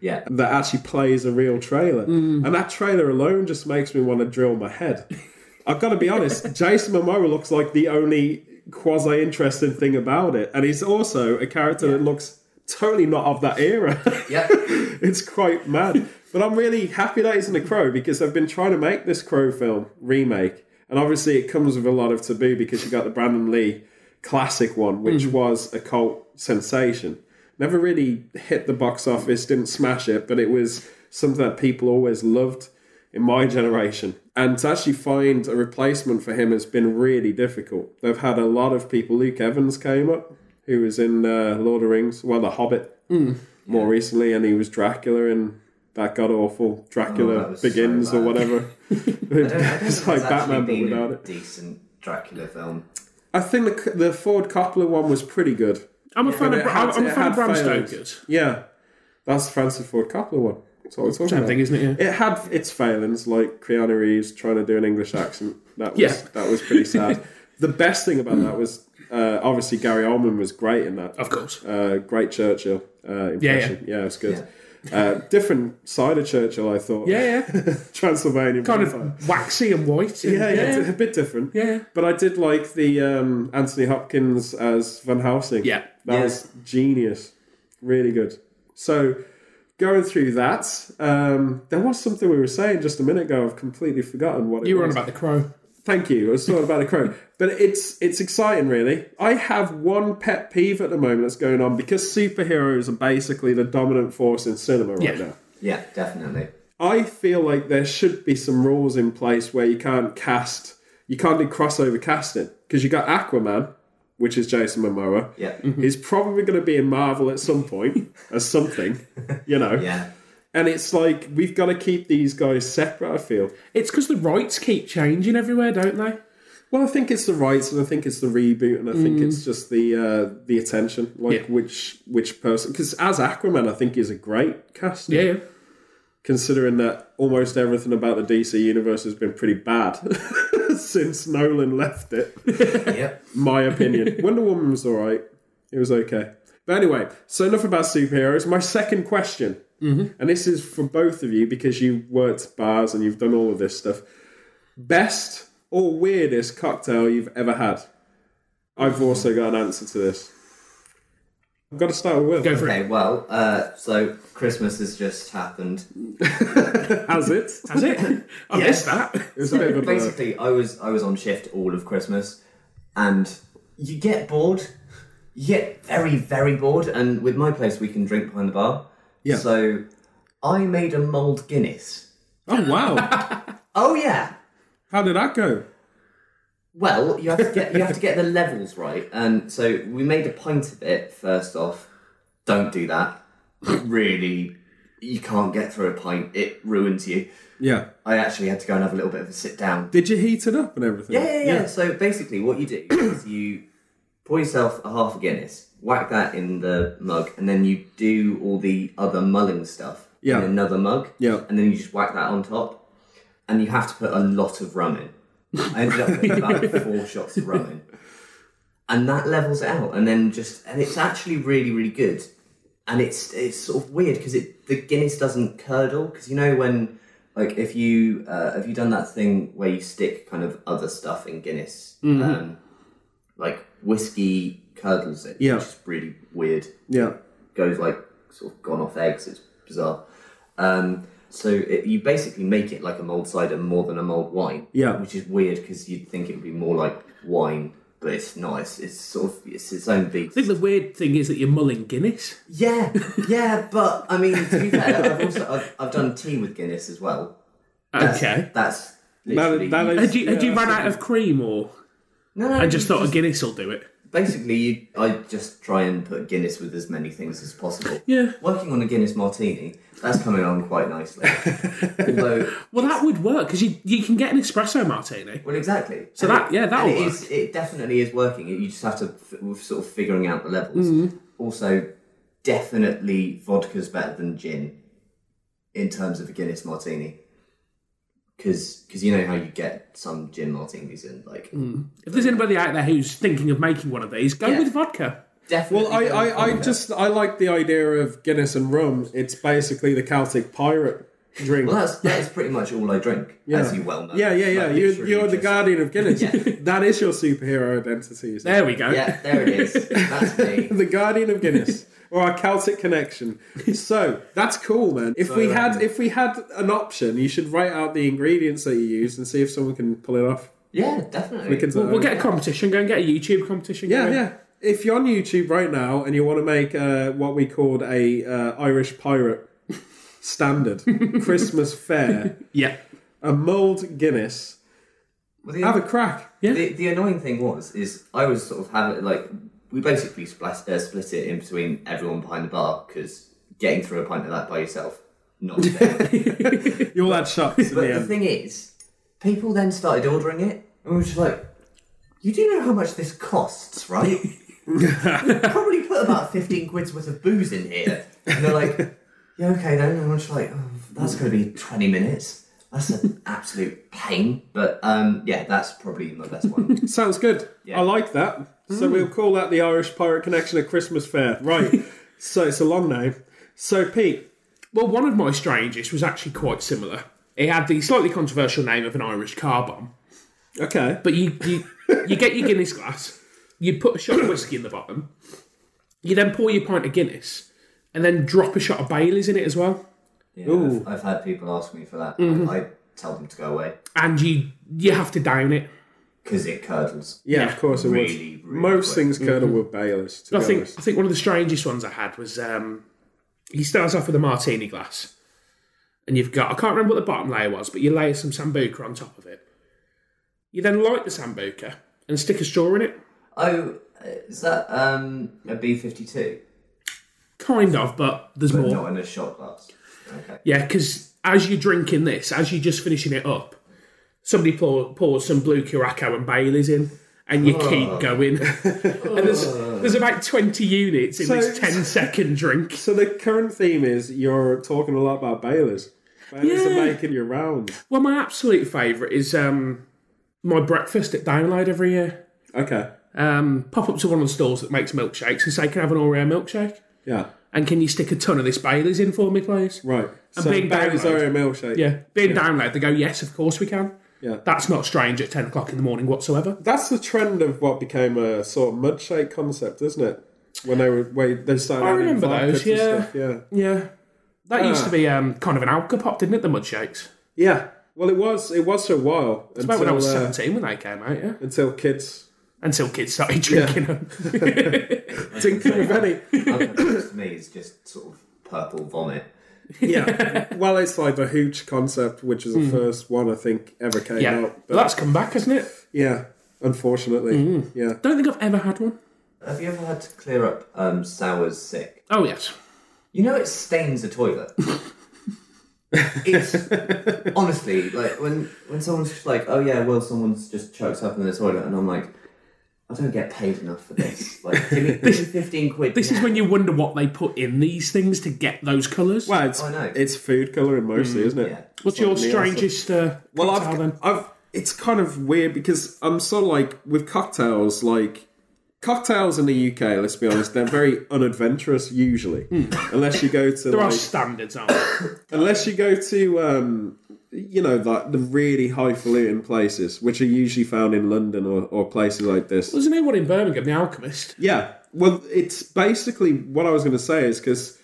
Speaker 3: Yeah,
Speaker 1: that actually plays a real trailer. And that trailer alone just makes me want to drill my head. I've got to be honest, Jason Momoa looks like the only quasi interesting thing about it. And he's also a character that looks totally not of that era.
Speaker 3: yeah,
Speaker 1: it's quite mad. But I'm really happy that he's in the Crow because I've been trying to make this Crow film remake, and obviously it comes with a lot of taboo because you got the Brandon Lee classic one, which was a cult sensation. Never really hit the box office, didn't smash it, but it was something that people always loved in my generation. And to actually find a replacement for him has been really difficult. They've had a lot of people. Luke Evans came up, who was in uh, Lord of the Rings, well, The Hobbit more recently, and he was Dracula in that god awful
Speaker 3: Oh,
Speaker 1: Dracula
Speaker 3: that was so
Speaker 1: Begins or
Speaker 3: bad.
Speaker 1: whatever. it's like Batman, but
Speaker 3: been
Speaker 1: without
Speaker 3: a
Speaker 1: it.
Speaker 3: decent Dracula film.
Speaker 1: I think the, the Ford Coppola one was pretty good.
Speaker 2: I'm a fan
Speaker 1: But
Speaker 2: of
Speaker 1: it
Speaker 2: Bra-
Speaker 1: had-
Speaker 2: I'm
Speaker 1: it
Speaker 2: a fan
Speaker 1: had
Speaker 2: of Bram
Speaker 1: failings.
Speaker 2: Stoker's.
Speaker 1: Yeah, that's the Francis Ford Coppola one. That's what we're talking
Speaker 2: Same
Speaker 1: about.
Speaker 2: thing, isn't it? Yeah.
Speaker 1: It had its failings, like Keanu Reeves trying to do an English accent. That was
Speaker 2: Yeah.
Speaker 1: that was pretty sad. the best thing about that was uh, obviously Gary Oldman was great in that.
Speaker 2: Of course.
Speaker 1: Uh, great Churchill uh, impression. Yeah, it was good. Uh, different side of Churchill, I thought.
Speaker 2: Yeah, yeah.
Speaker 1: Transylvania.
Speaker 2: Kind
Speaker 1: vampire.
Speaker 2: of waxy and white. and-
Speaker 1: Yeah, yeah, a bit different.
Speaker 2: Yeah.
Speaker 1: But I did like the um, Anthony Hopkins as Van Helsing.
Speaker 2: Yeah.
Speaker 1: That
Speaker 3: Yeah.
Speaker 1: was genius. Really good. So going through that, um, there was something we were saying just a minute ago. I've completely forgotten what it
Speaker 2: You were on
Speaker 1: was.
Speaker 2: about the crow.
Speaker 1: Thank you. I was talking about the crow. But it's it's exciting, really. I have one pet peeve at the moment that's going on because superheroes are basically the dominant force in cinema right
Speaker 2: Yeah.
Speaker 1: now.
Speaker 3: Yeah, definitely.
Speaker 1: I feel like there should be some rules in place where you can't cast, you can't do crossover casting because you got Aquaman, which is Jason Momoa.
Speaker 3: Yeah.
Speaker 1: he's probably going to be in Marvel at some point as something, you know.
Speaker 3: Yeah,
Speaker 1: And it's like we've got to keep these guys separate. I feel.
Speaker 2: It's because the rights keep changing everywhere, don't they?
Speaker 1: Well, I think it's the rights, and I think it's the reboot, and I think it's just the uh, the attention, like
Speaker 2: Mm. Yeah.
Speaker 1: which which person. Because as Aquaman, I think he's a great casting.
Speaker 2: Yeah, yeah.
Speaker 1: considering that almost everything about the DC universe has been pretty bad since Nolan left it.
Speaker 3: yeah.
Speaker 1: My opinion. Wonder Woman was all right. It was okay. But anyway, so enough about superheroes. My second question, and this is for both of you because you've worked bars and you've done all of this stuff. Best or weirdest cocktail you've ever had? I've also got an answer to this. I've got to start with Will.
Speaker 2: Go for it.
Speaker 3: Okay, well, uh, so Christmas has just happened.
Speaker 1: Has it?
Speaker 2: That's it. I missed that.
Speaker 1: It's a bit of a blur.
Speaker 3: basically i was i was on shift all of christmas and you get bored you get very very bored and with my place we can drink behind the bar
Speaker 1: Yeah.
Speaker 3: so i made a mulled guinness
Speaker 1: Oh wow!
Speaker 3: oh yeah
Speaker 1: How did that go?
Speaker 3: well you have to get you have to get the levels right and so we made a pint of it first off don't do that really you can't get through a pint it ruins you
Speaker 1: Yeah.
Speaker 3: i actually had to go and have a little bit of a sit down
Speaker 1: Did you heat it up and everything?
Speaker 3: Yeah, yeah, yeah. So basically, what you do is you pour yourself a half a Guinness, whack that in the mug, and then you do all the other mulling stuff
Speaker 1: Yeah.
Speaker 3: in another mug.
Speaker 1: Yeah.
Speaker 3: And then you just whack that on top, and you have to put a lot of rum in. I ended up with about four shots of rum in, and that levels it out. And then just, and it's actually really, really good. and it's it's sort of weird because it the Guinness doesn't curdle because you know when like if you uh, have you done that thing where you stick kind of other stuff in Guinness, um, like whiskey curdles it,
Speaker 1: Yeah.
Speaker 3: which is really weird.
Speaker 1: Yeah.
Speaker 3: Goes like sort of gone off eggs. It's bizarre. Um, so it, you basically make it like a mulled cider more than a mulled wine.
Speaker 1: Yeah.
Speaker 3: which is weird because you'd think it would be more like wine. But it's not. It's, it's sort of it's its own beast.
Speaker 2: I think the weird thing is that you're mulling Guinness.
Speaker 3: Yeah, yeah, but I mean, to be fair, I've also I've, I've done tea with Guinness as well. That's,
Speaker 2: Okay.
Speaker 3: that's
Speaker 1: That,
Speaker 3: literally.
Speaker 1: that is,
Speaker 2: Had you, had
Speaker 1: yeah,
Speaker 2: you
Speaker 1: that's
Speaker 2: run out of cream or?
Speaker 3: no, no,
Speaker 2: I just thought a Guinness will do it.
Speaker 3: basically, you, I just try and put Guinness with as many things as possible.
Speaker 2: Yeah.
Speaker 3: Working on a Guinness martini, that's coming on quite nicely. Although,
Speaker 2: Well, that would work because you, you can get an espresso martini.
Speaker 3: well, exactly.
Speaker 2: So that- yeah, that'll
Speaker 3: and it is- it definitely is working. You just have to f- with sort of figuring out the levels.
Speaker 2: Mm-hmm.
Speaker 3: Also, definitely vodka's better than gin in terms of a Guinness martini. Because you know how you get some gin martinis and like
Speaker 2: If there's anybody out there who's thinking of making one of these, go
Speaker 3: Yeah.
Speaker 2: with vodka.
Speaker 3: definitely.
Speaker 1: Well, I,
Speaker 3: go
Speaker 1: I, I
Speaker 3: vodka.
Speaker 1: just I like the idea of Guinness and rum. It's basically the Celtic pirate drink.
Speaker 3: well that's that's pretty much all I drink, as you well know.
Speaker 1: yeah, yeah, yeah.
Speaker 3: Like,
Speaker 1: You're,
Speaker 3: literally
Speaker 1: you're the
Speaker 3: just-
Speaker 1: guardian of Guinness.
Speaker 3: Yeah.
Speaker 1: That is your superhero identity. isn't it?
Speaker 2: There we go.
Speaker 3: Yeah, there it is. That's me.
Speaker 1: the guardian of Guinness or our Celtic connection. So that's cool, man. If we
Speaker 3: um,
Speaker 1: had if we had an option, you should write out the ingredients that you use and see if someone can pull it off.
Speaker 3: Yeah, definitely.
Speaker 1: We can
Speaker 2: We'll get a competition going, get a YouTube competition
Speaker 1: Yeah,
Speaker 2: going.
Speaker 1: yeah. If you're on YouTube right now and you want to make uh, what we called a uh, Irish pirate standard Christmas fare,
Speaker 2: Yeah.
Speaker 1: a mulled Guinness,
Speaker 3: Well, the-
Speaker 1: have a crack.
Speaker 3: The, the annoying thing was is I was sort of having like we basically split, uh, split it in between everyone behind the bar because getting through a pint of that by yourself not fair.
Speaker 1: You'll add shots in the
Speaker 3: but the
Speaker 1: end.
Speaker 3: thing is, people then started ordering it and we were just like, you do know how much this costs, right? we probably put about fifteen quid's worth of booze in here, and they're like, yeah, okay then. And we're just like, oh, that's going to be twenty minutes. That's an absolute pain, but um, yeah, that's probably my best one.
Speaker 1: Sounds good. Mm.
Speaker 3: Yeah.
Speaker 1: I like that. So we'll call that the Irish Pirate Connection at Christmas Fair. Right. so it's a long name. So Pete,
Speaker 2: Well, one of my strangest was actually quite similar. It had the slightly controversial name of an Irish car bomb.
Speaker 1: okay.
Speaker 2: But you, you, you get your Guinness glass, you put a shot of whiskey in the bottom, you then pour your pint of Guinness, and then drop a shot of Bailey's in it as well.
Speaker 3: Yeah, I've, I've had people ask me for that.
Speaker 2: Mm-hmm.
Speaker 3: I, I tell them to go away
Speaker 2: And you you have to down it.
Speaker 3: because it curdles.
Speaker 1: yeah,
Speaker 2: yeah,
Speaker 1: of course it
Speaker 3: really,
Speaker 1: would.
Speaker 3: really
Speaker 1: Most
Speaker 3: quick.
Speaker 1: things curdle with Bayless, to
Speaker 2: I
Speaker 1: be
Speaker 2: think
Speaker 1: honest.
Speaker 2: I think one of the strangest ones I had was um, he starts off with a martini glass, and you've got I can't remember what the bottom layer was, but you layer some sambuca on top of it. You then light the sambuca and stick a straw in it,
Speaker 3: Oh, is that um, a B fifty two?
Speaker 2: kind of, but there's
Speaker 3: But
Speaker 2: more.
Speaker 3: not in a shot glass. Okay.
Speaker 2: Yeah, because as you're drinking this, as you're just finishing it up, somebody pour, pours some blue curacao and Baileys in, and you keep going. and there's, there's about 20 units in
Speaker 1: So-
Speaker 2: this 10 second drink.
Speaker 1: So the current theme is you're talking a lot about Bayless. Bayless
Speaker 2: Yeah.
Speaker 1: are making your rounds.
Speaker 2: Well, my absolute favourite is um, my breakfast at Download every year.
Speaker 1: Okay.
Speaker 2: Um, pop up to one of the stores that makes milkshakes and say, Can I have an Oreo milkshake?
Speaker 1: Yeah.
Speaker 2: And can you stick a ton of this Baileys in for me, please?
Speaker 1: Right. And so
Speaker 2: being
Speaker 1: Bailey's
Speaker 2: downloaded.
Speaker 1: are a milkshake.
Speaker 2: Yeah. Being Download, they go, Yes, of course we can.
Speaker 1: Yeah.
Speaker 2: That's not strange at 10 o'clock in the morning whatsoever.
Speaker 1: That's the trend of what became a sort of mud shake concept, isn't it? When they were when they started
Speaker 2: I
Speaker 1: adding
Speaker 2: remember
Speaker 1: vodka
Speaker 2: those,
Speaker 1: to
Speaker 2: yeah.
Speaker 1: stuff, yeah.
Speaker 2: Yeah. That used
Speaker 1: Ah.
Speaker 2: to be um, kind of an alka pop, didn't it? The mud shakes.
Speaker 1: Yeah. Well it was it was for a while. uh,
Speaker 2: It's about when I was 17 when they came out, yeah.
Speaker 1: until kids
Speaker 2: Until kids started drinking them.
Speaker 1: thinking of any
Speaker 3: Alcohol to me is just sort of purple vomit.
Speaker 1: Yeah. well it's like the hooch concept, which is the first one I think ever came
Speaker 2: Hmm. yeah.
Speaker 1: out. But
Speaker 2: Well, that's come back, hasn't it?
Speaker 1: yeah, unfortunately. Yeah.
Speaker 2: Don't think I've ever had one.
Speaker 3: Have you ever had to clear up um, sours sick?
Speaker 2: Oh, yes.
Speaker 3: You know it stains a toilet. it's honestly like when when someone's just like, oh yeah, well someone's just chokes up in the toilet, and I'm like, I don't get paid enough for this. Like, give me, give me fifteen quid.
Speaker 2: This is when you wonder what they put in these things to get those colours.
Speaker 1: Well it's
Speaker 3: Oh, I know. Hmm.
Speaker 1: it's food colouring mostly, isn't it?
Speaker 3: Yeah.
Speaker 2: What's your strangest uh,
Speaker 1: Well,
Speaker 2: cocktail
Speaker 1: I've,
Speaker 2: then?
Speaker 1: I've it's kind of weird because I'm sort of like with cocktails, like cocktails in the UK, let's be honest, they're very unadventurous usually. Unless you go to
Speaker 2: There are
Speaker 1: like,
Speaker 2: standards, aren't there?
Speaker 1: unless you go to um, you know like the really highfalutin places, which are usually found in London or, or places like this.
Speaker 2: There's a new one in Birmingham, The Alchemist.
Speaker 1: Yeah. Well, it's basically what I was going to say is because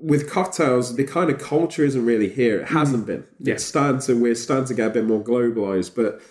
Speaker 1: with cocktails, the kind of culture isn't really here. It
Speaker 3: Mm.
Speaker 1: hasn't been.
Speaker 2: Yeah.
Speaker 1: It's starting to, we're starting to get a bit more globalized. But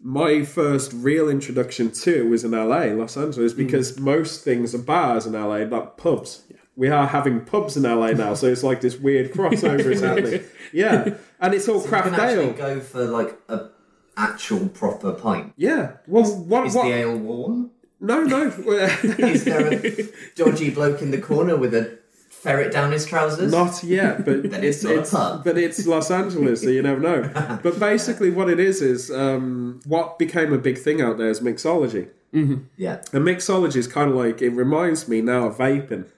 Speaker 1: my first real introduction to it was in LA, Los
Speaker 3: Mm.
Speaker 1: Angeles, because most things are bars in LA, like pubs. We are having pubs in LA now, so it's like this weird crossover is happening. Yeah. And it's all
Speaker 3: You
Speaker 1: craft
Speaker 3: can actually
Speaker 1: ale.
Speaker 3: go for like a actual proper pint.
Speaker 1: Yeah. Well, what?
Speaker 3: Is
Speaker 1: what?
Speaker 3: the ale warm?
Speaker 1: No, no.
Speaker 3: Is there a dodgy bloke in the corner with a ferret down his trousers?
Speaker 1: Not yet, but
Speaker 3: Then it's not a pub.
Speaker 1: but it's Los Angeles, so you never know. But basically, what it is is um, what became a big thing out there is mixology,
Speaker 3: Yeah.
Speaker 1: and mixology is kind of like it reminds me now of vaping.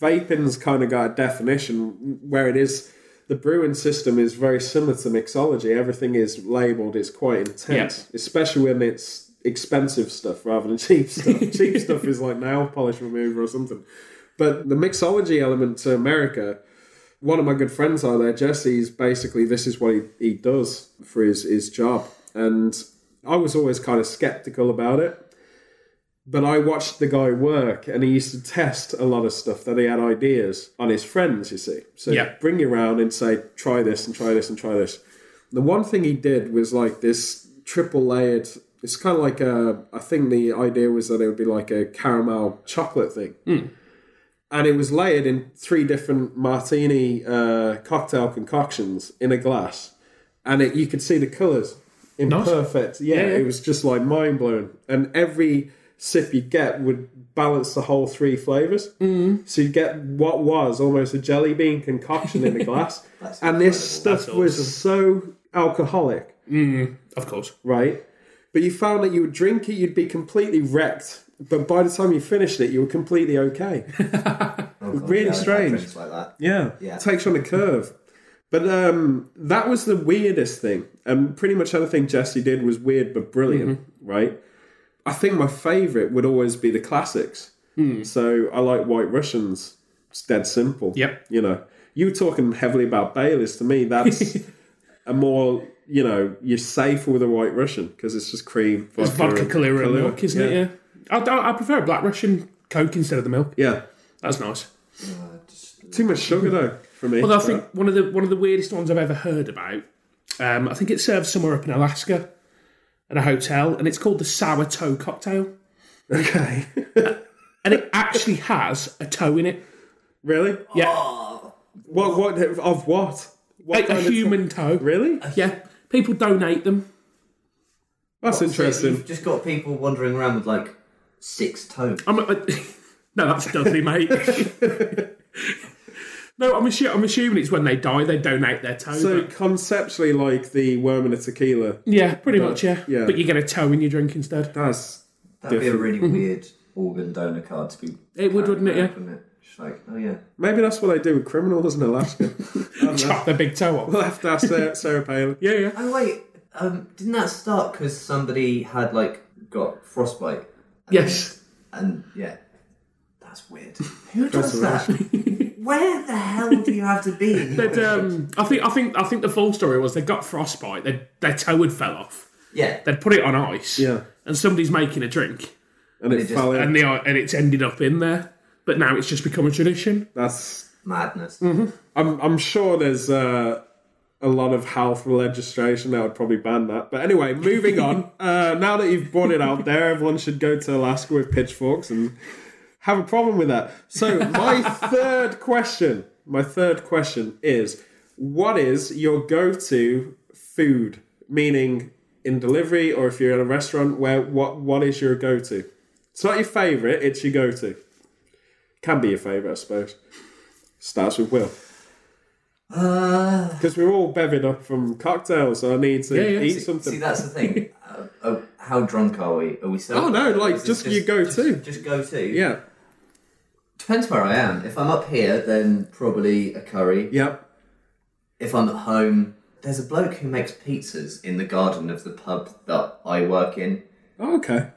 Speaker 1: Vaping's kind of got a definition where it is. The brewing system is very similar to mixology. Everything is labeled. It's quite intense, especially when it's expensive stuff rather than cheap stuff. cheap stuff is like nail polish remover or something. But the mixology element to America one of my good friends out there, Jesse's basically this is what he, he does for his, his job. And I was always kind of skeptical about it. But I watched the guy work and he used to test a lot of stuff that he had ideas on his friends, you see. So
Speaker 2: Yeah.
Speaker 1: bring you around and say, try this and try this and try this. The one thing he did was like this triple layered it's kind of like a I think the idea was that it would be like a caramel chocolate thing and it was layered in three different martini uh, cocktail concoctions in a glass, and it, you could see the colors in
Speaker 2: Nice.
Speaker 1: perfect. Yeah,
Speaker 2: Yeah, yeah.
Speaker 1: it was just like mind blowing, and every sip you get would balance the whole three flavors. Mm. So you get what was almost a jelly bean concoction in a glass,
Speaker 3: That's
Speaker 1: and this
Speaker 3: incredible.
Speaker 1: stuff was so alcoholic
Speaker 2: Of course.
Speaker 1: right? But you found that you would drink it, you'd be completely wrecked. But by the time you finished it, you were completely okay.
Speaker 3: Oh, God,
Speaker 1: really
Speaker 3: yeah, I've had
Speaker 1: strange.
Speaker 3: drinks like that.
Speaker 1: Yeah.
Speaker 3: Yeah.
Speaker 1: Takes you on a curve. But um, that was the weirdest thing. And pretty much everything Jesse did was weird but brilliant,
Speaker 2: Mm-hmm.
Speaker 1: right? I think my favorite would always be the classics.
Speaker 2: Hmm.
Speaker 1: So I like White Russians. It's dead simple.
Speaker 2: Yep.
Speaker 1: You know, you were talking heavily about Baileys. To me, that's a more, you know, you're safer with a White Russian because it's just cream, vodka,
Speaker 2: Vodka,
Speaker 1: and
Speaker 2: Kalira, and
Speaker 1: Kahlua.
Speaker 2: milk, isn't it? Yeah. I, I, I prefer a Black Russian Coke instead of the milk.
Speaker 1: Yeah.
Speaker 2: That's nice.
Speaker 3: Uh, just-
Speaker 1: Too much sugar, though, for me.
Speaker 2: Although I think one of the one of the weirdest ones I've ever heard about, um, I think it's served somewhere up in Alaska, at a hotel, and it's called the sour toe cocktail,
Speaker 1: Okay.
Speaker 2: and it actually has a toe in it,
Speaker 1: really?
Speaker 2: yeah,
Speaker 1: Oh, What? What? Of what? What
Speaker 2: a, a
Speaker 1: kind of
Speaker 2: human toe,
Speaker 1: Really?
Speaker 2: yeah. People donate them.
Speaker 1: That's interesting.
Speaker 3: You've just got people wandering around with like six tones.
Speaker 1: Oh,
Speaker 2: I'm, I, no, that's Dudley, mate. no, I'm, assu- I'm assuming it's when they die they donate their toe.
Speaker 1: So
Speaker 2: but-
Speaker 1: conceptually, like the worm and a tequila,
Speaker 2: yeah, pretty much, yeah.
Speaker 1: yeah.
Speaker 2: But you get a toe in your drink instead.
Speaker 1: that's
Speaker 3: That'd be a
Speaker 1: Different.
Speaker 3: really weird organ donor card to be.
Speaker 2: It would, wouldn't it? Yeah,
Speaker 3: Wouldn't it? Just like, oh yeah.
Speaker 1: maybe that's what I do with criminals in Alaska.
Speaker 2: chop their big toe off.
Speaker 1: We'll have to ask Sarah, Sarah Palin.
Speaker 2: Yeah, yeah.
Speaker 3: Oh wait, um, didn't that start because somebody had like got frostbite? And
Speaker 2: Yes.
Speaker 3: And yeah, that's weird. Who does that? Where the hell do you have to be? in your
Speaker 2: But, um, I think I think I think the full story was they got frostbite. Their their toe had fell off.
Speaker 3: Yeah.
Speaker 2: They'd put it on ice.
Speaker 1: Yeah.
Speaker 2: And somebody's making a drink,
Speaker 1: And it
Speaker 3: just-
Speaker 1: fell in.
Speaker 2: and they are, and it's ended up in there. But now it's just become a tradition.
Speaker 1: That's.
Speaker 3: Madness.
Speaker 1: Mm-hmm. I'm. I'm sure there's uh, a lot of health legislation that would probably ban that. But anyway, moving on. Uh, now that you've brought it out there, everyone should go to Alaska with pitchforks and have a problem with that. So my third question. My third question is: What is your go-to food? Meaning, in delivery or if you're in a restaurant, where what what is your go-to? It's not your favorite. It's your go-to. Can be your favorite, I suppose. Starts with Will.
Speaker 3: Uh,
Speaker 1: Because we're all bevving up from cocktails, so I need to
Speaker 2: Yeah, yeah.
Speaker 1: eat
Speaker 2: See-
Speaker 1: something.
Speaker 3: see, that's the thing. uh, uh, how drunk are we? Are we so?
Speaker 1: Oh, no, like,
Speaker 3: Is it
Speaker 1: just you go
Speaker 3: just,
Speaker 1: to.
Speaker 3: Just go to.
Speaker 1: yeah,
Speaker 3: Depends where I am. If I'm up here, then probably a curry.
Speaker 1: yeah.
Speaker 3: if I'm at home, there's a bloke who makes pizzas in the garden of the pub that I work in,
Speaker 1: Oh, okay.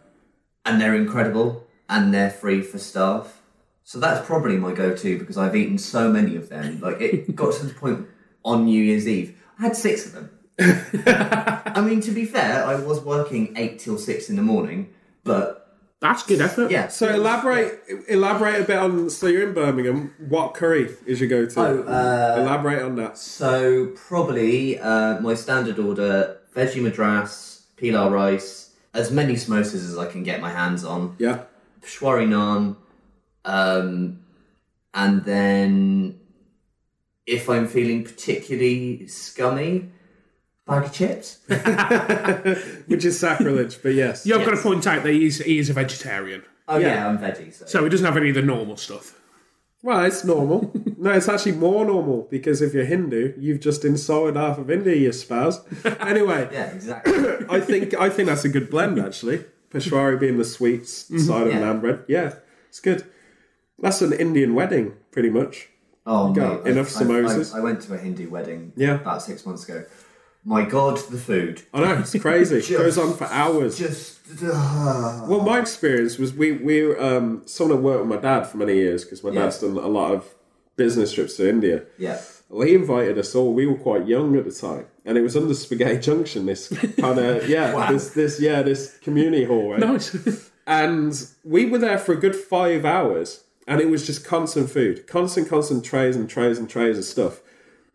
Speaker 3: and they're incredible. and they're free for staff. So that's probably my go-to because I've eaten so many of them. Like it got to the point on New Year's Eve, I had six of them. I mean, to be fair, I was working eight till six in the morning, but
Speaker 2: That's good effort.
Speaker 3: yeah.
Speaker 1: So elaborate, elaborate a bit on. So you're in Birmingham. What curry is your go-to?
Speaker 3: Oh, uh,
Speaker 1: elaborate on that.
Speaker 3: So probably uh, my standard order: veggie madras, pilau rice, as many samosas as I can get my hands on,
Speaker 1: Yeah.
Speaker 3: peshwari naan, um, and then if I'm feeling particularly scummy, bag of chips.
Speaker 1: Which is sacrilege, but yes.
Speaker 2: Yeah, I've got to point out that he's, he is a vegetarian,
Speaker 3: Oh yeah,
Speaker 1: Yeah.
Speaker 3: I'm veggie. So.
Speaker 2: so he doesn't have any of the normal stuff.
Speaker 1: Well, it's normal. no, it's actually more normal because if you're Hindu, you've just insulted half of India, you spouse. Anyway,
Speaker 3: yeah, exactly.
Speaker 1: I think I think that's a good blend actually. Peshwari being the sweet s-
Speaker 2: Mm-hmm.
Speaker 1: side of
Speaker 3: Yeah.
Speaker 1: naan bread. Yeah, it's good. That's an Indian wedding, pretty much.
Speaker 3: Oh,
Speaker 1: got
Speaker 3: mate,
Speaker 1: enough
Speaker 3: I, I-
Speaker 1: samosas?
Speaker 3: I, I went to a Hindu wedding.
Speaker 1: Yeah.
Speaker 3: about six months ago. My God, the food
Speaker 1: I know it's crazy. it goes on for hours.
Speaker 3: just. ah.
Speaker 1: Well, my experience was we we um, someone that worked with my dad for many years because my
Speaker 3: Yeah.
Speaker 1: dad's done a lot of business trips to India.
Speaker 3: yeah.
Speaker 1: Well, he invited us all. We were quite young at the time, and it was under Spaghetti Junction. This kind of yeah,
Speaker 3: Wow.
Speaker 1: this this yeah, this community hall. Right?
Speaker 2: Nice.
Speaker 1: And we were there for a good five hours, and it was just constant food, constant, constant trays and trays and trays of stuff.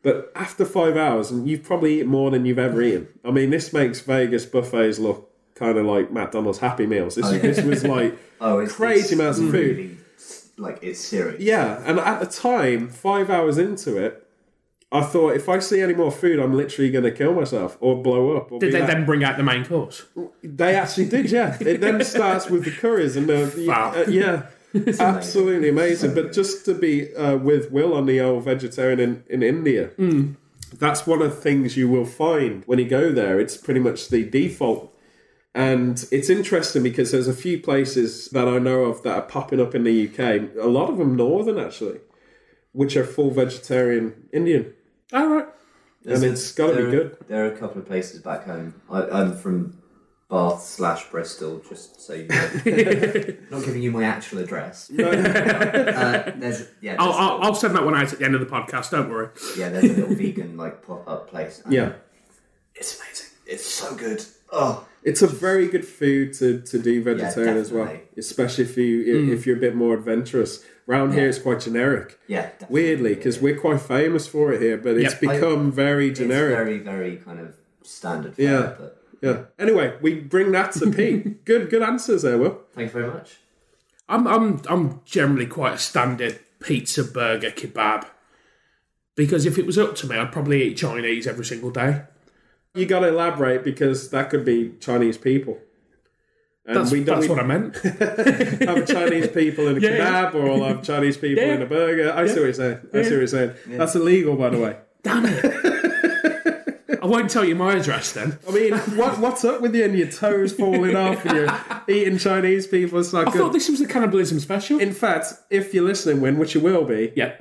Speaker 1: But after five hours, and you've probably eaten more than you've ever eaten. I mean, this makes Vegas buffets look kind of like McDonald's Happy Meals. This,
Speaker 3: yeah.
Speaker 1: this was like
Speaker 3: Oh, it's
Speaker 1: crazy
Speaker 3: it's
Speaker 1: amounts of food.
Speaker 3: really, Like it's serious.
Speaker 1: Yeah, and at the time, five hours into it, I thought if I see any more food, I'm literally going to kill myself or blow up. Or
Speaker 2: Did
Speaker 1: be
Speaker 2: they
Speaker 1: that-
Speaker 2: then bring out the main course?
Speaker 1: They actually did, yeah. It then starts with the curries and the, the-
Speaker 2: Wow.
Speaker 1: uh, yeah, absolutely amazing. but just to be uh, with Will on the old vegetarian in, in India, that's one of the things you will find when you go there. It's pretty much the default. And it's interesting because there's a few places that I know of that are popping up in the UK. A lot of them northern actually, which are full vegetarian Indian.
Speaker 2: All right.
Speaker 1: And it's gotta be
Speaker 3: there are,
Speaker 1: good.
Speaker 3: There are a couple of places back home. I, I'm from Bath slash Bristol, just so you know. Not giving you my actual address. uh, there's yeah,
Speaker 2: I'll,
Speaker 3: there's-
Speaker 2: I'll, I'll send that one out at the end of the podcast. Don't worry.
Speaker 3: yeah. There's a little vegan like pop up place. and
Speaker 1: Yeah.
Speaker 3: it's amazing. It's so good. Oh,
Speaker 1: It's a very good food to, to do vegetarian as well,
Speaker 3: definitely.
Speaker 1: especially if you
Speaker 2: Mm.
Speaker 1: if you're a bit more adventurous. Round here, it's quite generic.
Speaker 3: yeah. definitely.
Speaker 1: Weirdly, because we're quite famous for it here, but it's
Speaker 2: Yep.
Speaker 1: become very
Speaker 3: it's
Speaker 1: generic.
Speaker 3: very very kind of standard. For
Speaker 1: Yeah.
Speaker 3: But
Speaker 1: yeah. Anyway, we bring that to Pete. good, good answers there, Will.
Speaker 3: thank you very much.
Speaker 2: I'm I'm I'm generally quite a standard pizza, burger, kebab. Because if it was up to me, I'd probably eat Chinese every single day.
Speaker 1: You got to elaborate because that could be Chinese people, and
Speaker 2: That's,
Speaker 1: we don't
Speaker 2: that's
Speaker 1: we
Speaker 2: what I meant.
Speaker 1: have Chinese people in a
Speaker 2: Yeah, yeah.
Speaker 1: kebab, or I'll have Chinese people
Speaker 2: Yeah.
Speaker 1: in a burger. I see what you're saying. I see what you're saying. That's illegal, by the way.
Speaker 2: Damn it! I won't tell you my address then.
Speaker 1: I mean, what, what's up with you and your toes falling off and you're eating Chinese people? It's not
Speaker 2: I thought
Speaker 1: good.
Speaker 2: this was the cannibalism special.
Speaker 1: In fact, if you're listening, Win, which you will be,
Speaker 2: yeah,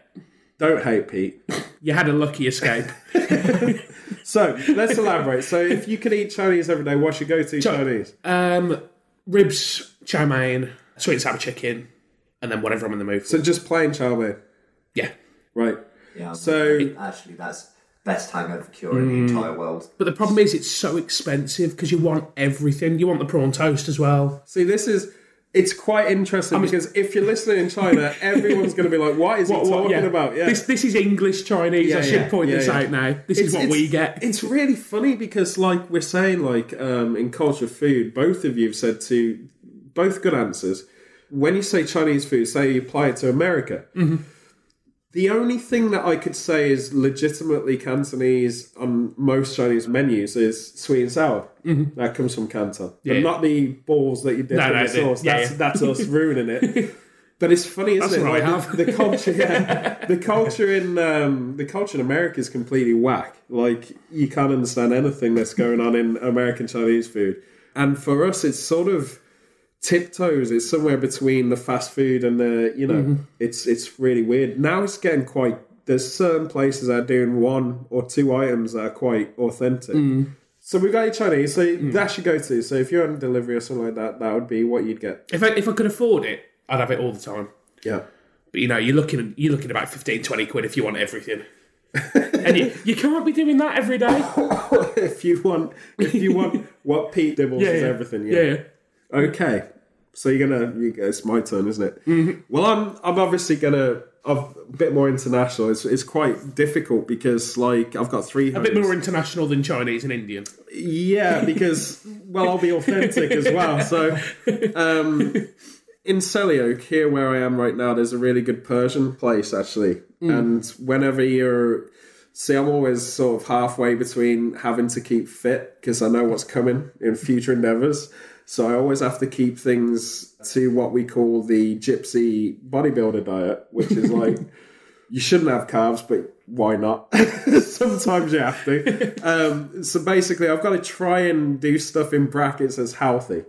Speaker 1: don't hate Pete.
Speaker 2: you had a lucky escape.
Speaker 1: So let's elaborate. So if you could eat Chinese every day, what's your go-to Chinese?
Speaker 2: Um, ribs, chow mein, sweet and sour chicken, and then whatever I'm in the mood for.
Speaker 1: So just plain chow mein,
Speaker 2: yeah,
Speaker 1: right?
Speaker 3: Yeah.
Speaker 1: So- Mm.
Speaker 3: actually, that's best hangover cure in the entire world.
Speaker 2: but the problem is it's so expensive because you want everything. You want the prawn toast as well.
Speaker 1: See, this is it's quite interesting because if you're listening in China, everyone's going to be like, "What is he talking
Speaker 2: yeah.
Speaker 1: about?" Yeah.
Speaker 2: This this is English Chinese. I should
Speaker 1: yeah,
Speaker 2: point
Speaker 1: yeah,
Speaker 2: this
Speaker 1: yeah.
Speaker 2: out now. This is what we get.
Speaker 1: It's really funny because, like we're saying, like um, in culture of food, both of you have said to both good answers. When you say Chinese food, say you apply it to America.
Speaker 2: Mm-hmm.
Speaker 1: The only thing that I could say is legitimately Cantonese on most Chinese menus is sweet and sour. That comes from Canton,
Speaker 2: Mm-hmm. Yeah.
Speaker 1: but not the balls that you dip
Speaker 2: No,
Speaker 1: in the
Speaker 2: no, the-
Speaker 1: sauce.
Speaker 2: yeah,
Speaker 1: that's,
Speaker 2: yeah.
Speaker 1: that's us ruining it. But it's funny, isn't it?
Speaker 2: what I
Speaker 1: Like,
Speaker 2: have.
Speaker 1: The, the culture, yeah, the culture in um, the culture in America is completely whack. Like you can't understand anything that's going on in American Chinese food. And for us, it's sort of tiptoes. It's somewhere between the fast food and the you know.
Speaker 2: Mm-hmm.
Speaker 1: It's it's really weird. Now it's getting
Speaker 2: Mm.
Speaker 1: quite. There's certain places that are doing one or two items that are quite authentic. So we've got your Chinese. So that's your go-to. So if you're on delivery or something like that, that would be what you'd get.
Speaker 2: If I, if I could afford it, I'd have it all the time.
Speaker 1: Yeah.
Speaker 2: But you know, you're looking you're looking about 15, 20 quid if you want everything. and you, you can't be doing that every day.
Speaker 1: if you want, if you want what Pete Dibbles is everything.
Speaker 2: Yeah, yeah.
Speaker 1: Okay. So you're gonna. You, it's my turn, isn't it?
Speaker 2: Mm-hmm.
Speaker 1: Well, I'm. I'm obviously gonna. I'm a bit more international. It's, it's quite difficult because like I've got three.
Speaker 2: A bit more international than Chinese and Indian.
Speaker 1: Yeah, because well, I'll be authentic as well. So, um, in Selyoke, here where I am right now, there's a really good Persian place actually, and whenever you're See, I'm always sort of halfway between having to keep fit because I know what's coming in future endeavors. So I always have to keep things to what we call the gypsy bodybuilder diet, which is like you shouldn't have calves, but why not? Sometimes you have to. Um, so basically, I've got to try and do stuff in brackets as healthy.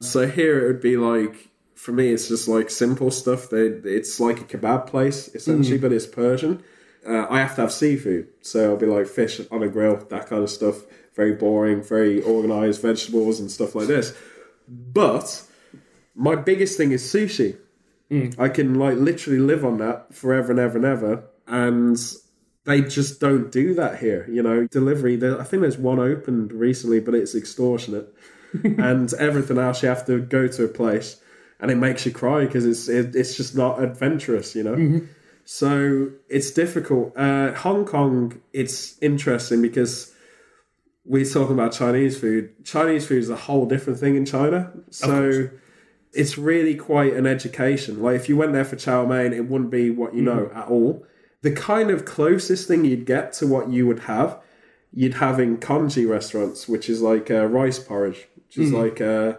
Speaker 1: So here it would be like, for me, it's just like simple stuff. They, it's like a kebab place, essentially, but it's Persian. Uh, I have to have seafood. So it'll be like fish on a grill, that kind of stuff. Very boring, very organized vegetables and stuff like this. But my biggest thing is sushi. I can like literally live on that forever and ever and ever. And they just don't do that here. You know, delivery. There, I think there's one opened recently, but it's extortionate. and everything else, you have to go to a place, and it makes you cry because it's it, it's just not adventurous. You know. So it's difficult. Uh, Hong Kong, it's interesting because we're talking about Chinese food. Chinese food is a whole different thing in China. So it's really quite an education. Like if you went there for chow mein, it wouldn't be what you know at all. The kind of closest thing you'd get to what you would have, you'd have in congee restaurants, which is like uh, rice porridge, which is like uh,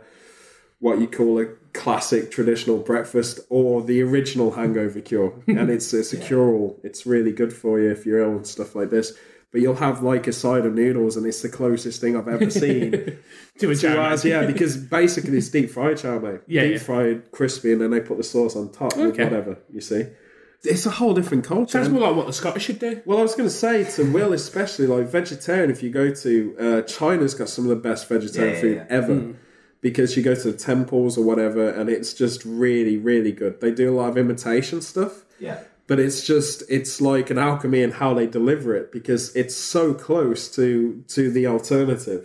Speaker 1: what you call a classic traditional breakfast or the original hangover cure. and it's it's a cure all. It's really good for you if you're ill and stuff like this. But you'll have like a side of noodles, and it's the closest thing I've ever seen
Speaker 2: To a
Speaker 1: Two
Speaker 2: Chinese.
Speaker 1: hours, yeah, because basically it's deep fried chow mein.
Speaker 2: Yeah,
Speaker 1: deep
Speaker 2: yeah.
Speaker 1: fried, crispy, and then they put the sauce on top with
Speaker 2: Okay.
Speaker 1: whatever, you see. It's a whole different culture.
Speaker 2: That's
Speaker 1: And-
Speaker 2: more like what the Scottish should do.
Speaker 1: well, I was going to say to Will, especially like vegetarian, if you go to uh, China's got some of the best vegetarian
Speaker 3: Yeah, yeah,
Speaker 1: food
Speaker 3: yeah.
Speaker 1: ever. Because you go to temples or whatever, and it's just really, really good. They do a lot of imitation stuff
Speaker 3: Yeah.
Speaker 1: but it's just it's like an alchemy in how they deliver it because it's so close to to the alternative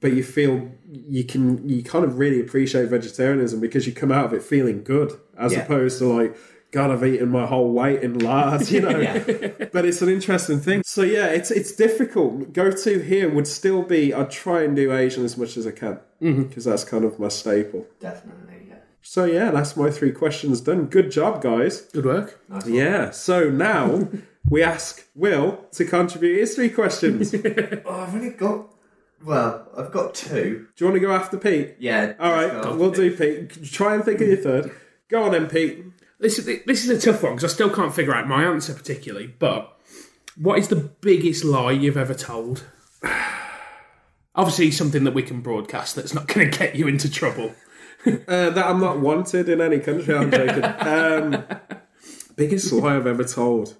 Speaker 1: but you feel you can you kind of really appreciate vegetarianism because you come out of it feeling good as
Speaker 3: Yeah.
Speaker 1: opposed to like god i've eaten my whole weight in lard you know but it's an interesting thing so yeah it's it's difficult go to here would still be i try and do asian as much as i can because that's kind of my staple
Speaker 3: Definitely. Yeah.
Speaker 1: so yeah that's my three questions done good job guys
Speaker 2: Good work.
Speaker 3: Nice one.
Speaker 1: yeah. So now we ask Will to contribute his three questions. Do
Speaker 3: Oh, I've only got. Well, I've got two.
Speaker 1: you want to go after Pete?
Speaker 3: Yeah.
Speaker 1: All
Speaker 3: let's
Speaker 1: right,
Speaker 3: go.
Speaker 1: we'll do Pete. Try and think of your third. Go on, then, Pete.
Speaker 2: This is this is a tough one because I still can't figure out my answer particularly. But what is the biggest lie you've ever told? Obviously, something that we can broadcast that's not going to get you into trouble.
Speaker 1: Uh, that I'm not wanted in any country. I'm joking. um, biggest lie I've ever told.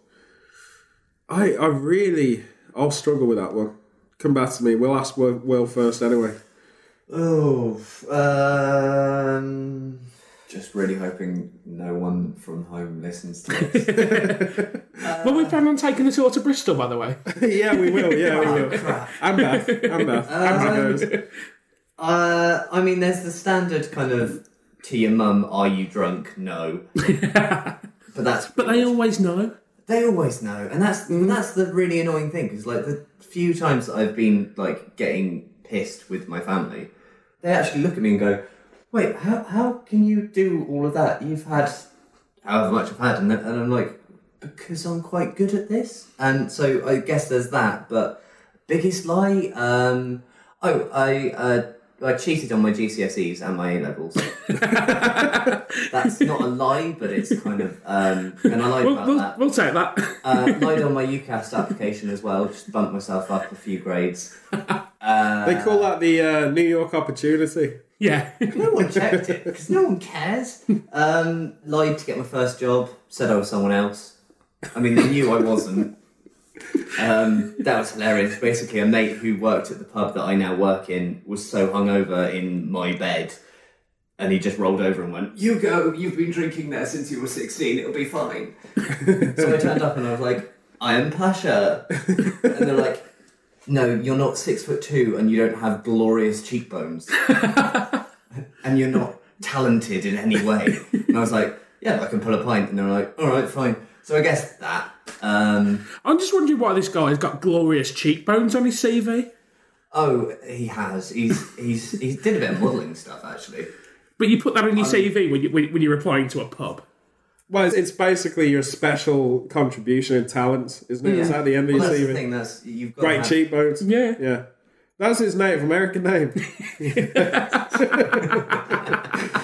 Speaker 1: I I really I'll struggle with that one. Come back to me. We'll ask Will, Will first anyway.
Speaker 3: Oh, um, just really hoping no one from home listens to this.
Speaker 2: well, we plan on taking the tour to Bristol, by the way.
Speaker 1: yeah, we will. Yeah, we will. I'm Beth. I'm Um, Beth. I'm Beth.
Speaker 3: uh, I mean, there's the standard kind of to your mum, "Are you drunk?" No, but that's
Speaker 2: But they always know.
Speaker 3: they always know, and that's
Speaker 2: Mm-hmm.
Speaker 3: that's the really annoying thing because like the few times that I've been like getting pissed with my family, they actually look at me and go, "Wait, how how can you do all of that? You've had however much I've had," and, then- and I'm like, "Because I'm quite good at this," and so I guess there's that. But biggest lie, um, oh, I uh, I cheated on my GCSEs and my A levels. That's not a lie, but it's kind of um, and I lied
Speaker 2: We'll,
Speaker 3: about
Speaker 2: we'll,
Speaker 3: that
Speaker 2: we'll take that.
Speaker 3: uh, lied on my UCAS application as well, just bumped myself up a few grades.
Speaker 1: They call that the uh, New York opportunity.
Speaker 2: yeah.
Speaker 3: No one checked it because no one cares. Um, lied to get my first job, said I was someone else. I mean, they knew I wasn't, Um, that was hilarious. Basically, a mate who worked at the pub that I now work in was so hungover in my bed, and he just rolled over and went, "You go. You've been drinking there since you were sixteen. It'll be fine." so I turned up and I was like, "I am Pasha," and they're like, "No, you're not six foot two, and you don't have glorious cheekbones, and you're not talented in any way." And I was like, "Yeah, but I can pull a pint," and they're like, "All right, fine." So I guess that. Um,
Speaker 2: I'm just wondering why this guy has got glorious cheekbones on his CV.
Speaker 3: Oh, he has. He's he's he did a bit of modelling stuff actually.
Speaker 2: But you put that on your CV when, you, when, when you're applying to a pub.
Speaker 1: Well, it's, it's basically your special contribution and talent, isn't it? It's at the end of
Speaker 3: Well,
Speaker 1: your
Speaker 3: that's the
Speaker 1: CV.
Speaker 3: thing. That's you've got
Speaker 1: Great
Speaker 3: to have-
Speaker 1: cheekbones.
Speaker 2: Yeah.
Speaker 1: Yeah. That's his Native American name.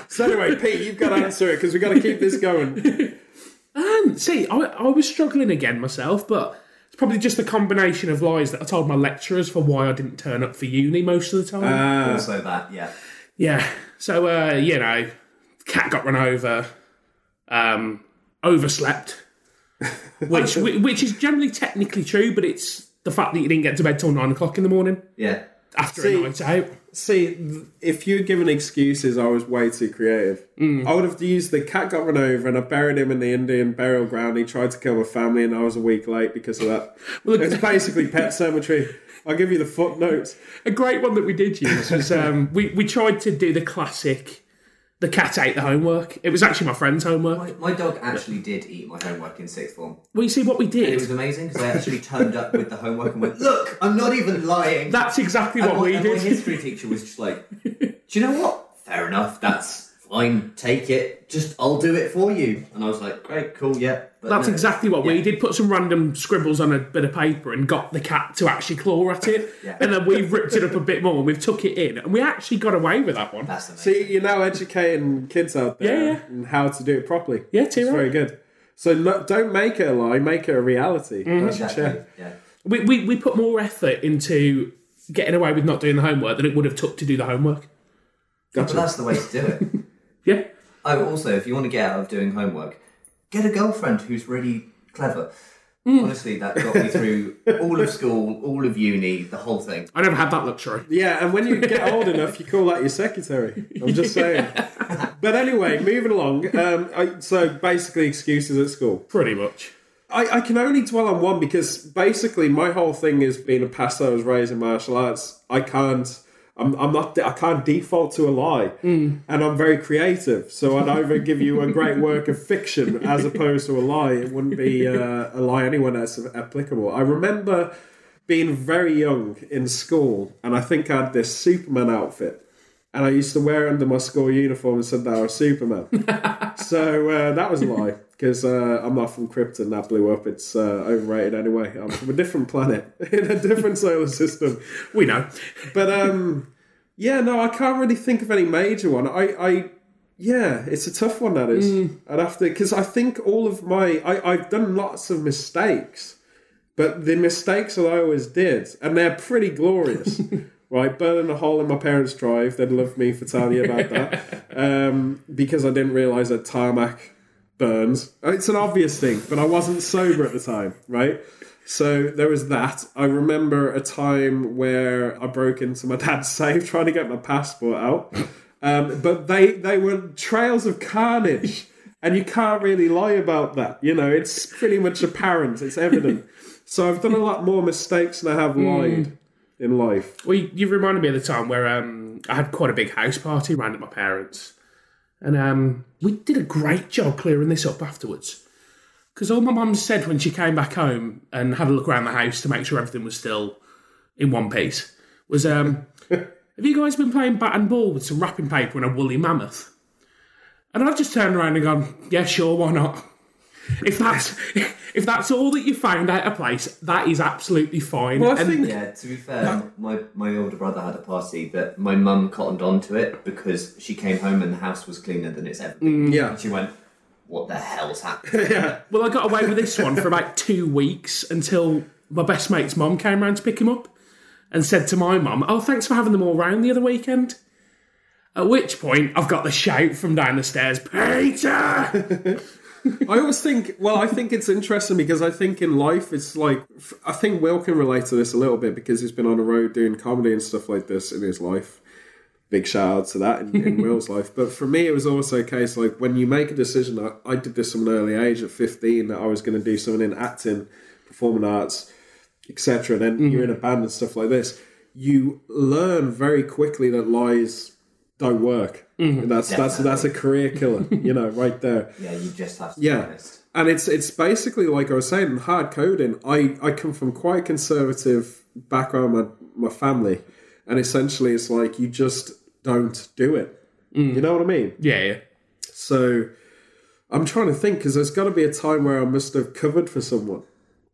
Speaker 1: so anyway, Pete, you've got to answer it because we've got to keep this going.
Speaker 2: And see, I, I was struggling again myself, but it's probably just the combination of lies that I told my lecturers for why I didn't turn up for uni most of the time.
Speaker 3: Also that, yeah.
Speaker 2: Yeah. So uh, you know, cat got run over, um, overslept, which whi- which is generally technically true, but it's the fact that you didn't get to bed till nine o'clock in the morning
Speaker 3: Yeah.
Speaker 2: after
Speaker 1: See-
Speaker 2: a night out.
Speaker 1: See, th- if you're given excuses, I was way too creative. I would have used the cat got run over and I buried him in the Indian burial ground. He tried to kill my family and I was a week late because of that.
Speaker 2: Well,
Speaker 1: it's basically pet cemetery. I'll give you the footnotes.
Speaker 2: A great one that we did use was um, we we tried to do the classic. The cat ate the homework. It was actually my friend's homework.
Speaker 3: My, my dog actually did eat my homework in sixth form.
Speaker 2: Well, you see what we
Speaker 3: It
Speaker 2: did.
Speaker 3: was amazing because I actually turned up with the homework and went, "Look, I'm not even lying."
Speaker 2: That's exactly
Speaker 3: and
Speaker 2: what
Speaker 3: my,
Speaker 2: we
Speaker 3: and my
Speaker 2: did.
Speaker 3: history teacher was just like, "Do you know what? Fair enough. That's fine. Take it. Just I'll do it for you." And I was like, "Great, cool, yeah." But
Speaker 2: That's
Speaker 3: no.
Speaker 2: exactly what we
Speaker 3: Yeah.
Speaker 2: did. Put some random scribbles on a bit of paper and got the cat to actually claw at it.
Speaker 3: Yeah.
Speaker 2: And then we ripped it up a bit more and we've took it in. And we actually got away with that one.
Speaker 3: That's amazing.
Speaker 1: See, you're now educating kids out there
Speaker 2: Yeah, yeah.
Speaker 1: and how to do it properly.
Speaker 2: Yeah,
Speaker 1: it's
Speaker 2: too right.
Speaker 1: very good. So no, don't make it a lie, make it a reality. That's your
Speaker 3: exactly.
Speaker 1: chair.
Speaker 3: Yeah.
Speaker 2: We, we, we put more effort into getting away with not doing the homework than it would have took to do the homework.
Speaker 3: But that's the way to do it.
Speaker 2: Yeah.
Speaker 3: Oh, also, if you want to get out of doing homework, get a girlfriend who's really clever.
Speaker 2: Hmm.
Speaker 3: Honestly, that got me through all of school, all of uni, the whole thing.
Speaker 2: I never had that luxury.
Speaker 1: Yeah, and when you get old enough, you call that your secretary. I'm just saying. But anyway, moving along. Um, I, so basically, excuses at school.
Speaker 2: Pretty much.
Speaker 1: I, I can only dwell on one because basically my whole thing is being a pastor. I was raised in martial arts. I can't. I'm, I'm not. I can't default to a lie, and I'm very creative. So I'd either give you a great work of fiction as opposed to a lie. It wouldn't be uh, a lie anywhere that's applicable. I remember being very young in school, and I think I had this Superman outfit, and I used to wear it under my school uniform and said that I was Superman. So uh, that was a lie because uh, I'm not from Krypton. That blew up. It's uh, overrated anyway. I'm from a different planet in a different solar system.
Speaker 2: We know.
Speaker 1: But um, yeah, no, I can't really think of any major one. I, I yeah, it's a tough one. That is. I'd have to because I think all of my I, I've done lots of mistakes, but the mistakes that I always did, and they're pretty glorious. Right, burning a hole in my parents' drive. They'd love me for telling you about that. Um, because I didn't realise that tarmac burns. It's an obvious thing, but I wasn't sober at the time, right? So there was that. I remember a time where I broke into my dad's safe trying to get my passport out. Um, but they they were trails of carnage, and you can't really lie about that. You know, it's pretty much apparent. It's evident. So I've done a lot more mistakes than I have lied in life.
Speaker 2: Well, you, you reminded me of the time where um, I had quite a big house party round at my parents, and um, we did a great job clearing this up afterwards. Because all my mum said when she came back home and had a look around the house to make sure everything was still in one piece was, um, "Have you guys been playing bat and ball with some wrapping paper and a woolly mammoth?" And I've just turned around and gone, "Yeah, sure, why not." If that's if that's all that you found out of place, that is absolutely fine.
Speaker 1: Well, I
Speaker 2: And-
Speaker 1: think
Speaker 3: Yeah, to be fair, my, my older brother had a party that my mum cottoned on to it because she came home and the house was cleaner than it's ever been.
Speaker 1: yeah.
Speaker 3: And she went, What the hell's happened?
Speaker 2: Well, I got away with this one for about two weeks until my best mate's mum came round to pick him up and said to my mum, Oh, thanks for having them all round the other weekend. At which point, I've got the shout from down the stairs, Peter!
Speaker 1: I always think, well, I think it's interesting because I think in life it's like, I think Will can relate to this a little bit because he's been on the road doing comedy and stuff like this in his life. Big shout out to that in, in Will's life. But for me, it was also a case like when you make a decision, I, I did this from an early age at 15 that I was going to do something in acting, performing arts, etc. And then you're in a band and stuff like this. You learn very quickly that lies don't work. And that's, that's, that's a career killer, you know, right there.
Speaker 3: Yeah, you just have to
Speaker 1: Yeah.
Speaker 3: be honest.
Speaker 1: And it's it's basically like I was saying, hard coding. I, I come from quite a conservative background, my my family, and essentially it's like you just don't do it.
Speaker 2: Mm.
Speaker 1: You know what I mean?
Speaker 2: Yeah, yeah.
Speaker 1: So I'm trying to think because there's got to be a time where I must have covered for someone,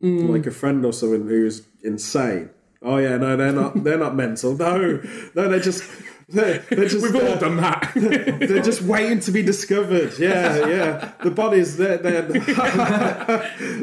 Speaker 2: Mm.
Speaker 1: like a friend or someone who's insane. Oh yeah, no, they're not. They're not mental. No, no, they're just. They're, they're just
Speaker 2: We've
Speaker 1: uh,
Speaker 2: all done that.
Speaker 1: they're just waiting to be discovered. Yeah, yeah. The bodies, they're they're,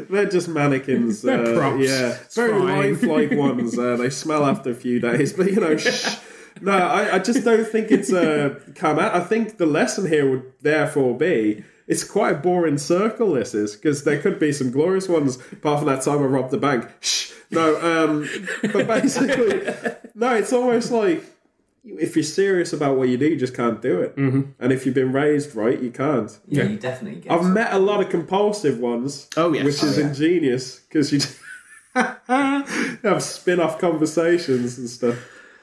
Speaker 1: they're just mannequins.
Speaker 2: They're
Speaker 1: uh,
Speaker 2: props.
Speaker 1: Yeah,
Speaker 2: It's
Speaker 1: very
Speaker 2: fine.
Speaker 1: lifelike ones. Uh, they smell after a few days, but you know, shh. No, I, I just don't think it's uh, come out. I think the lesson here would therefore be. It's quite a boring circle, this is, because there could be some glorious ones, apart from that time I robbed the bank. Shh. No, um, but basically, no, it's almost like if you're serious about what you do, you just can't do it. Mm-hmm. And if you've been raised right, you can't.
Speaker 3: Yeah,
Speaker 2: Yeah.
Speaker 3: you definitely get.
Speaker 1: I've
Speaker 3: some-
Speaker 1: met a lot of compulsive ones.
Speaker 2: Oh, yes.
Speaker 1: which
Speaker 2: Oh,
Speaker 1: is
Speaker 3: yeah.
Speaker 1: ingenious because you have spin-off conversations and stuff.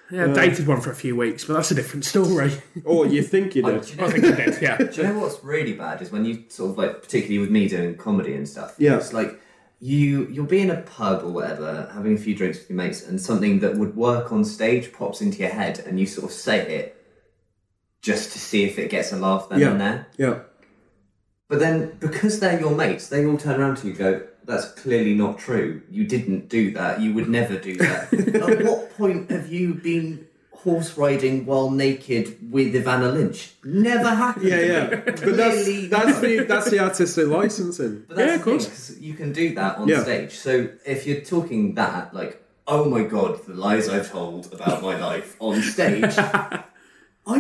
Speaker 2: yeah, I dated one for a few weeks, but that's a different story.
Speaker 1: Or you think you
Speaker 3: Oh,
Speaker 1: did.
Speaker 3: do, you
Speaker 2: I
Speaker 3: know,
Speaker 2: think I did, yeah.
Speaker 3: do you know what's really bad is when you sort of like, particularly with me doing comedy and stuff.
Speaker 1: Yeah.
Speaker 3: It's like you you'll be in a pub or whatever, having a few drinks with your mates, and something that would work on stage pops into your head, and you sort of say it just to see if it gets a laugh then and
Speaker 1: Yeah,
Speaker 3: there.
Speaker 1: yeah,
Speaker 3: But then because they're your mates, they all turn around to you and go. That's clearly not true. You didn't do that. You would never do that. At what point have you been horse riding while naked with Ivana Lynch? Never happened.
Speaker 1: yeah, yeah. But that's
Speaker 3: Clearly
Speaker 1: that's
Speaker 3: not.
Speaker 1: the that's the artistic licensing.
Speaker 3: But that's
Speaker 2: Yeah,
Speaker 3: yeah,
Speaker 2: of
Speaker 3: of course. you can do that on
Speaker 1: Yeah.
Speaker 3: stage. So if you're talking that, like, oh my god, the lies I've told about my life on stage, I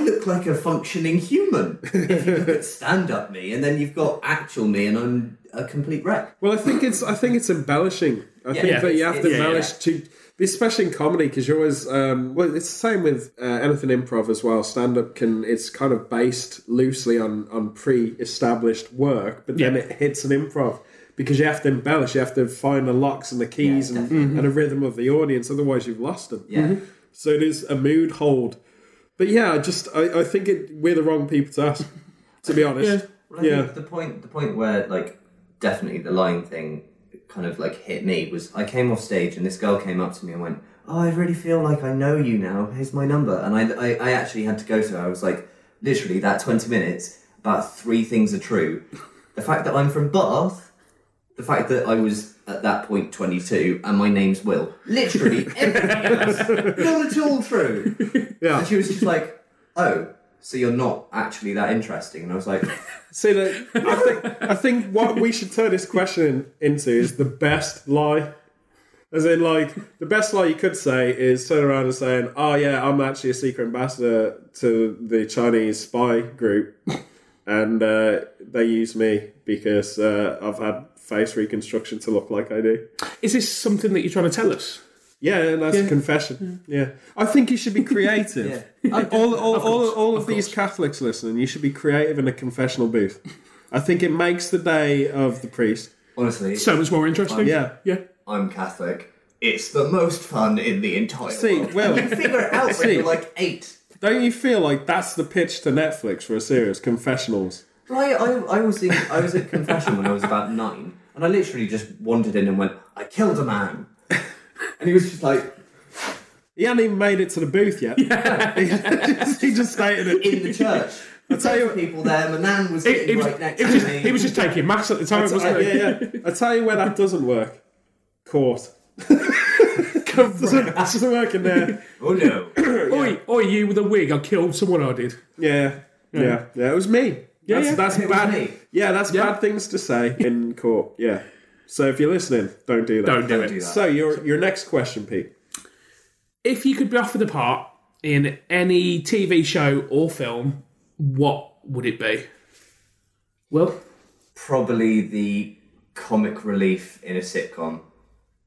Speaker 3: look like a functioning human. If you look at stand up me, and then you've got actual me, and I'm a complete wreck.
Speaker 1: Well, I think it's I think it's embellishing. I think
Speaker 3: yeah,
Speaker 1: that you have to
Speaker 3: it's- yeah,
Speaker 1: embellish to, especially in comedy, because you're always. Um, well, it's the same with uh, anything improv as well. Stand up can it's kind of based loosely on on pre-established work, but then
Speaker 2: Yeah.
Speaker 1: it hits an improv because you have to embellish. You have to find the locks and the keys
Speaker 3: Yeah,
Speaker 1: and,
Speaker 3: definitely.
Speaker 1: and the rhythm of the audience. Otherwise, you've lost them. Mm-hmm.
Speaker 3: Yeah.
Speaker 1: So it is a mood hold. But yeah, I just I, I think it, we're the wrong people to ask. To be honest,
Speaker 3: Well, I
Speaker 1: yeah.
Speaker 3: think the point the point where like definitely the lying thing kind of like hit me was I came off stage and this girl came up to me and went, "Oh, I really feel like I know you now. Here's my number." And I I, I actually had to go to her. I was like, literally that twenty minutes. About three things are true: the fact that I'm from Bath, the fact that I was at that point twenty two, and my name's Will. Literally everything else, not at all true.
Speaker 1: Yeah.
Speaker 3: And she was just like, "Oh." So you're not actually that interesting, and I was like,
Speaker 1: See that I think I think what we should turn this question into is the best lie. As in, like the best lie you could say is turn around and saying, "Oh yeah, I'm actually a secret ambassador to the Chinese spy group, and uh, they use me because uh, I've had face reconstruction to look like I do."
Speaker 2: Is this something that you're trying to tell us?
Speaker 1: Yeah, and that's a confession. Yeah. I think you should be creative. I- all, all, all, all of these Catholics listening, you should be creative in a confessional booth. I think it makes the day of the priest.
Speaker 3: honestly,
Speaker 2: So much more interesting.
Speaker 1: Yeah.
Speaker 2: Yeah.
Speaker 3: I'm Catholic. It's the most fun in the entire
Speaker 1: See,
Speaker 3: world.
Speaker 1: well-
Speaker 3: you figure it out when
Speaker 1: See.
Speaker 3: you're like eight.
Speaker 1: Don't you feel like that's the pitch to Netflix for a series, confessionals?
Speaker 3: Well, I, I, I was in, I was at confession when I was about nine, and I literally just wandered in and went, "I killed a man," and he was just like
Speaker 1: He hadn't even made it to the booth yet. he, just, he just stated it.
Speaker 3: in the church. I
Speaker 1: tell you-
Speaker 3: people there. My nan was
Speaker 2: It,
Speaker 3: sitting
Speaker 2: it was,
Speaker 3: right next
Speaker 2: it was
Speaker 3: to
Speaker 2: just,
Speaker 3: me.
Speaker 2: he was just taking maths at the time,
Speaker 1: I,
Speaker 2: wasn't he?
Speaker 1: yeah, yeah. I tell you where that doesn't work. Court. doesn't, doesn't work in there.
Speaker 3: oh no!
Speaker 2: Oi, oi, you with a wig, I killed someone I did.
Speaker 1: Yeah, yeah, yeah. It was me. Yeah, that's,
Speaker 2: yeah.
Speaker 1: that's
Speaker 3: It was
Speaker 1: bad.
Speaker 3: me.
Speaker 1: Yeah, that's bad things to say in court. Yeah. So if you're listening, don't do that.
Speaker 2: Don't do
Speaker 3: Don't
Speaker 2: it.
Speaker 3: do that.
Speaker 1: So your your next question, Pete.
Speaker 2: If you could be offered a part in any TV show or film, what would it be? Well,
Speaker 3: probably the comic relief in a sitcom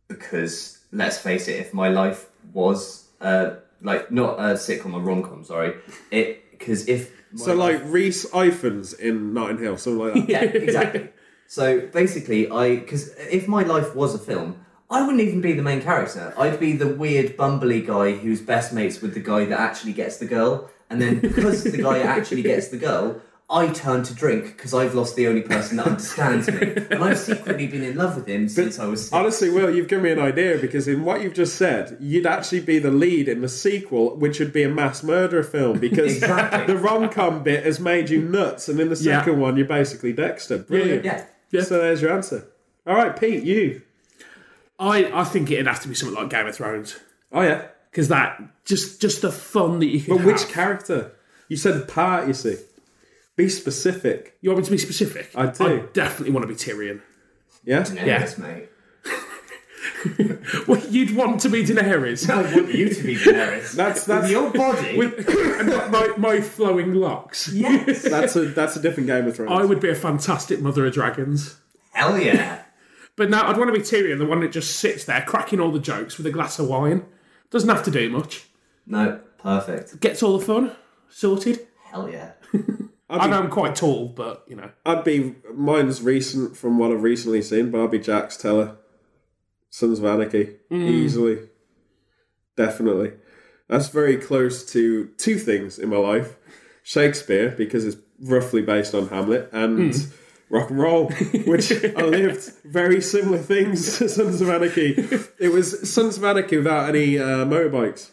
Speaker 3: because let's face it, if my life was uh, like not a sitcom, a rom com, sorry, it because if my
Speaker 1: So like Reese Ifans in Notting Hill, something like that.
Speaker 3: yeah, exactly. So basically, I because if my life was a film, I wouldn't even be the main character. I'd be the weird bumbly guy who's best mates with the guy that actually gets the girl, and then because the guy actually gets the girl. I turn to drink because I've lost the only person that understands me, and I've secretly been in love with him since I was. six.
Speaker 1: Honestly, Will, you've given me an idea because in what you've just said, you'd actually be the lead in the sequel, which would be a mass murder film because
Speaker 3: Exactly.
Speaker 1: the rom com bit has made you nuts, and in the
Speaker 2: Yeah.
Speaker 1: second one, you're basically Dexter. Brilliant.
Speaker 3: Yeah,
Speaker 2: Yeah.
Speaker 1: So there's your answer. All right, Pete, you.
Speaker 2: I, I think it'd have to be something like Game of Thrones
Speaker 1: Oh, yeah.
Speaker 2: because that just just the fun that you can.
Speaker 1: But which
Speaker 2: have.
Speaker 1: character? You said part, you see. Be specific.
Speaker 2: you want me to be specific?
Speaker 1: I do.
Speaker 2: I definitely want to be Tyrion.
Speaker 1: Yeah?
Speaker 3: Daenerys, mate.
Speaker 2: Well, you'd want to be Daenerys
Speaker 3: I want you to be Daenerys.
Speaker 1: That's- that's-
Speaker 3: With your body.
Speaker 2: with and my, my flowing locks.
Speaker 3: yes.
Speaker 1: That's a that's a different Game of Thrones.
Speaker 2: I would be a fantastic mother of dragons.
Speaker 3: Hell yeah.
Speaker 2: But no, I'd want to be Tyrion, the one that just sits there cracking all the jokes with a glass of wine. Doesn't have to do much.
Speaker 3: No, perfect.
Speaker 2: Gets all the fun sorted.
Speaker 3: Hell yeah.
Speaker 2: I know I'm quite tall, but you know.
Speaker 1: I'd be mine's recent from what I've recently seen. Barbie Jacks Teller, Sons of Anarchy, easily, definitely. That's very close to two things in my life: Shakespeare, because it's roughly based on Hamlet, and rock and roll, which I lived very similar things to Sons of Anarchy. It was Sons of Anarchy without any uh, motorbikes.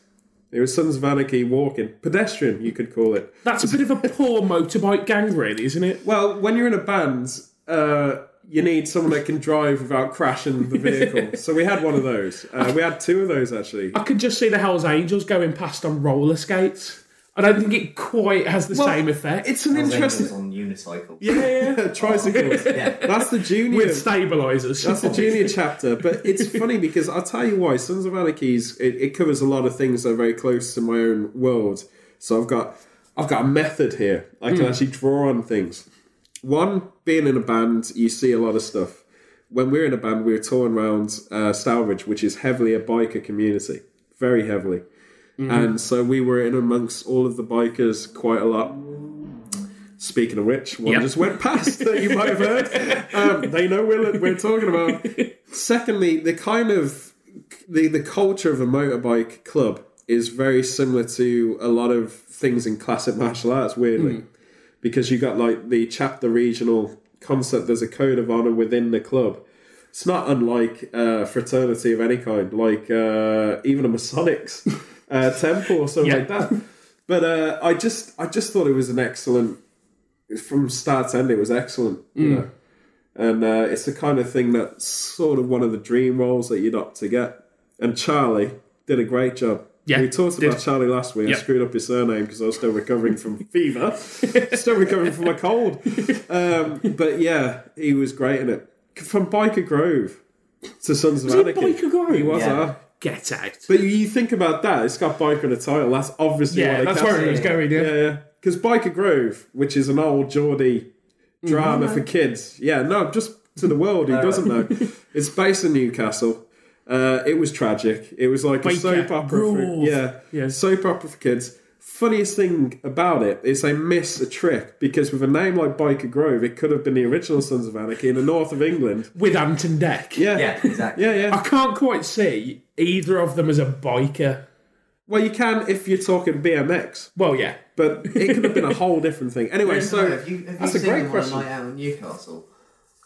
Speaker 1: It was Sons of Anarchy walking, pedestrian, you could call it.
Speaker 2: That's a bit of a poor motorbike gang, really, isn't it?
Speaker 1: Well, when you're in a band, uh, you need someone that can drive without crashing the vehicle. so we had one of those. Uh, we had two of those actually.
Speaker 2: I could just see the Hells Angels going past on roller skates. I don't think it quite has the same effect.
Speaker 1: It's an
Speaker 3: Interesting.
Speaker 1: interesting
Speaker 3: on unicycle.
Speaker 2: yeah,
Speaker 1: tricycles. That's the junior.
Speaker 2: with stabilizers.
Speaker 1: that's the junior chapter, but it's funny because I'll tell you why. Sons of Anarchy's it, it covers a lot of things that are very close to my own world. So I've got I've got a method here. I can actually draw on things. One, being in a band, you see a lot of stuff. When we were in a band, we were touring around uh, Stourbridge, which is heavily a biker community, very heavily. And so we were in amongst all of the bikers quite a lot. Speaking of which, one
Speaker 2: Yep.
Speaker 1: just went past that you might have heard. Um, they know we're, we're talking about. Secondly, the kind of the the culture of a motorbike club is very similar to a lot of things in classic martial arts. Weirdly, because you got like the chapter regional concept. There's a code of honor within the club. It's not unlike uh, fraternity of any kind, like uh, even a Masonics uh, temple or something
Speaker 2: Yeah.
Speaker 1: like that. But uh, I just I just thought it was an excellent from start to end. It was excellent, you
Speaker 2: Mm.
Speaker 1: know. And uh, it's the kind of thing that's sort of one of the dream roles that you'd opt to get. And Charlie did a great job.
Speaker 2: Yeah,
Speaker 1: we talked
Speaker 2: did.
Speaker 1: about Charlie last week.
Speaker 2: Yep.
Speaker 1: I screwed up his surname because I was still recovering from fever, still recovering from a cold. Um, but yeah, he was great in it. From Biker Grove to Sons of
Speaker 2: Was he
Speaker 1: Anarchy,
Speaker 2: Biker Grove?
Speaker 1: He was.
Speaker 3: Yeah.
Speaker 1: uh,
Speaker 2: Get out.
Speaker 1: but you think about that, it's got biker in the title. That's obviously
Speaker 2: yeah,
Speaker 1: what
Speaker 2: that's
Speaker 1: they cast
Speaker 2: where it was going. Yeah.
Speaker 1: yeah, yeah. Because Uh, Biker Grove, which is an old Geordie drama
Speaker 2: Mm-hmm.
Speaker 1: for kids, yeah, no, just to the world who doesn't know, it's based in Newcastle. Uh, it was tragic. It was like a
Speaker 2: Biker
Speaker 1: soap opera. For,
Speaker 2: Grove.
Speaker 1: yeah,
Speaker 2: Yeah.
Speaker 1: soap opera for kids. Funniest thing about it is they miss a trick because with a name like Biker Grove, it could have been the original Sons of Anarchy in the north of England.
Speaker 2: With Anton Deck.
Speaker 1: Yeah,
Speaker 3: Yeah, exactly.
Speaker 1: yeah,
Speaker 2: I
Speaker 1: yeah.
Speaker 2: can't quite see either of them as a biker.
Speaker 1: Well, you can if you're talking BMX,
Speaker 2: Well, yeah.
Speaker 1: but it could have been a whole different thing. Anyway, so
Speaker 3: have you, have
Speaker 1: that's
Speaker 3: you
Speaker 1: a
Speaker 3: seen
Speaker 1: great
Speaker 3: them
Speaker 1: question.
Speaker 3: on a night out in Newcastle?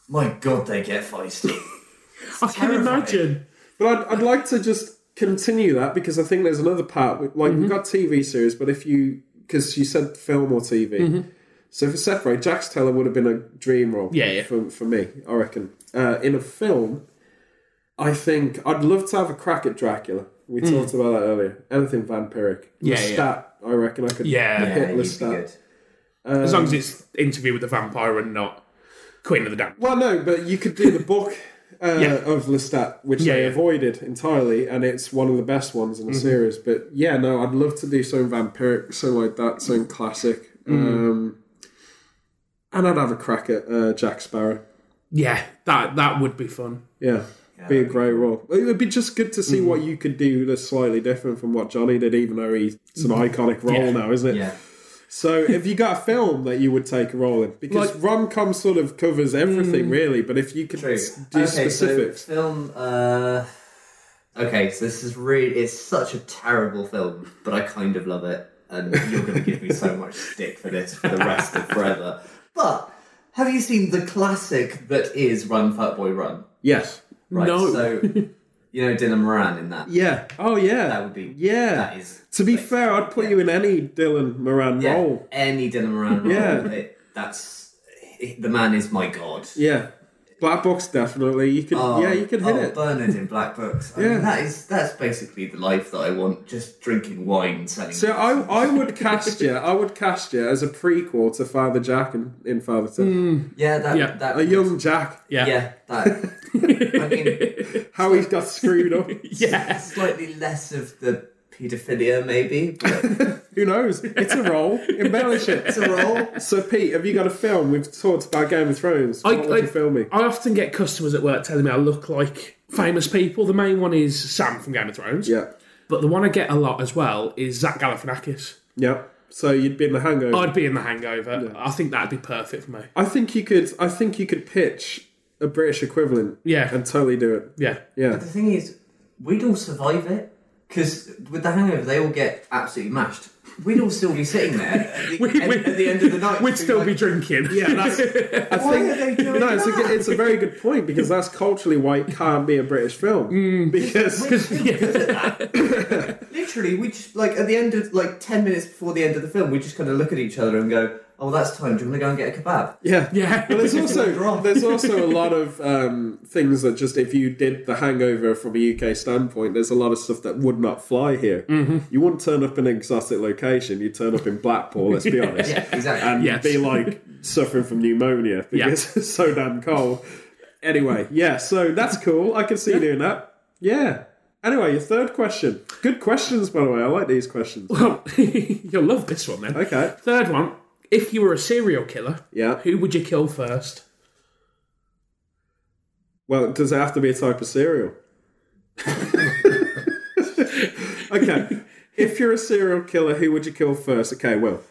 Speaker 3: My God, they get feisty.
Speaker 2: I can
Speaker 3: terrifying.
Speaker 2: imagine.
Speaker 1: But I'd, I'd like to just continue that because I think there's another part. Like
Speaker 2: Mm-hmm.
Speaker 1: we've got TV series, but if you because you said film or TV, so if we separate, Jax Teller would have been a dream role.
Speaker 2: Mm-hmm. Yeah, yeah.
Speaker 1: For, for me, I reckon. Uh, in a film, I think I'd love to have a crack at Dracula. We talked about that earlier. Anything vampiric,
Speaker 2: Mm. Yeah,
Speaker 1: Lestat,
Speaker 2: yeah.
Speaker 1: I reckon I could.
Speaker 2: Yeah.
Speaker 3: yeah,
Speaker 1: Hitler
Speaker 3: you'd be
Speaker 1: style.
Speaker 3: good.
Speaker 2: As long as it's Interview with the Vampire and not Queen of the Damned.
Speaker 1: Well, no, but you could do the book uh,
Speaker 2: Yeah.
Speaker 1: of Lestat, which
Speaker 2: Yeah, Mm-hmm.
Speaker 1: they
Speaker 2: yeah.
Speaker 1: avoided entirely, and it's one of the best ones in the series. But yeah, no, I'd
Speaker 2: Mm.
Speaker 1: love to do something vampiric, something like that, something classic. Um, and I'd have a crack at uh, Jack Sparrow.
Speaker 2: Yeah, that that would be fun.
Speaker 1: Yeah. Be a great role. It would be just good to
Speaker 2: Mm.
Speaker 1: see what you could do that's slightly different from what Johnny did, even though he's it's an iconic role
Speaker 2: Mm. Yeah.
Speaker 1: now, isn't it?
Speaker 3: Yeah.
Speaker 1: So, if you got a film that you would take a role in, because
Speaker 2: Like- Mm.
Speaker 1: rom com sort of covers everything, really, but if you could
Speaker 3: True.
Speaker 1: s- do specifics.
Speaker 3: So film. Uh, okay, so this is really. It's such a terrible film, but I kind of love it, and you're going to give me so much stick for this for the rest of forever. But have you seen the classic that is Run Fat Boy Run?
Speaker 1: yes.
Speaker 3: Right.
Speaker 2: No.
Speaker 3: So you know Dylan Moran in that.
Speaker 1: Yeah. Oh, yeah.
Speaker 3: That would be.
Speaker 1: Yeah.
Speaker 3: That is.
Speaker 1: to be fair, I'd put you in any Dylan Moran
Speaker 3: Yeah,
Speaker 1: role.
Speaker 3: Any Dylan Moran. Role,
Speaker 1: Oh. Yeah.
Speaker 3: it- that's the man is my god.
Speaker 1: Yeah. Black Box, definitely. You could,
Speaker 3: Oh,
Speaker 1: yeah, you could hit
Speaker 3: oh,
Speaker 1: it.
Speaker 3: Bernard in Black Books. I
Speaker 1: Yeah.
Speaker 3: mean, that is that's basically the life that I want. Just drinking wine, selling.
Speaker 1: So I, I would cast you. I would cast you as a prequel to Father Jack in, in Father
Speaker 3: Hmm.
Speaker 1: Tim.
Speaker 3: yeah, that
Speaker 2: Yeah,
Speaker 3: that
Speaker 1: A young Jack,
Speaker 2: Yeah.
Speaker 3: yeah that. I mean,
Speaker 1: how he's got screwed up.
Speaker 2: Yeah.
Speaker 3: slightly less of the paedophilia, maybe. But
Speaker 1: Who knows? It's a role. Embellish it.
Speaker 3: it's a role.
Speaker 1: So Pete, have you got a film? We've talked about Game of Thrones.
Speaker 2: I-
Speaker 1: What would
Speaker 2: I-
Speaker 1: you film me?
Speaker 2: I often get customers at work telling me I look like famous people. The main one is Sam from Game of Thrones.
Speaker 1: Yeah,
Speaker 2: But the one I get a lot as well is Zach Galifianakis.
Speaker 1: yeah. So you'd be in The Hangover.
Speaker 2: I'd be in The Hangover. I think that'd be perfect for me.
Speaker 1: I think you could. I think you could pitch a British equivalent.
Speaker 2: Yeah.
Speaker 1: and totally do it.
Speaker 2: Yeah.
Speaker 1: Yeah,
Speaker 3: The thing is, we'd all survive it because with the hangover, they all get absolutely mashed. We'd all still be sitting there at the, end,
Speaker 2: we-
Speaker 3: at the end of the night.
Speaker 2: We'd still be
Speaker 3: like,
Speaker 2: drinking.
Speaker 1: yeah. That's, I
Speaker 3: Why
Speaker 1: think
Speaker 3: are they doing
Speaker 1: no. It's a,
Speaker 3: that?
Speaker 1: good- it's a very good point because that's culturally why it can't be a British film because
Speaker 3: Literally, we just like at the end of like ten minutes before the end of the film, we just kind of look at each other and go, "Oh, that's time. Do you want to go and get a kebab?"
Speaker 1: yeah,
Speaker 2: Yeah.
Speaker 1: But there's
Speaker 3: Wrong.
Speaker 1: also there's also a lot of um, things that just if you did the Hangover from a UK standpoint, there's a lot of stuff that would not fly here.
Speaker 3: Mm-hmm.
Speaker 1: You wouldn't turn up in an exotic location. You turn up in Blackpool. Let's be honest,
Speaker 3: Yeah, exactly.
Speaker 1: and
Speaker 2: Yes.
Speaker 1: be like suffering from pneumonia because it's so damn cold. Anyway, yeah. So that's cool. I can see you doing that. Yeah. Anyway, your third question. Good questions, by the way. I like these questions.
Speaker 2: Well, you'll love this one then.
Speaker 1: Okay.
Speaker 2: Third one. If you were a serial killer,
Speaker 1: Yeah.
Speaker 2: who would you kill first?
Speaker 1: Well, does it have to be a type of cereal? okay. If you're a serial killer, who would you kill first? Okay, well,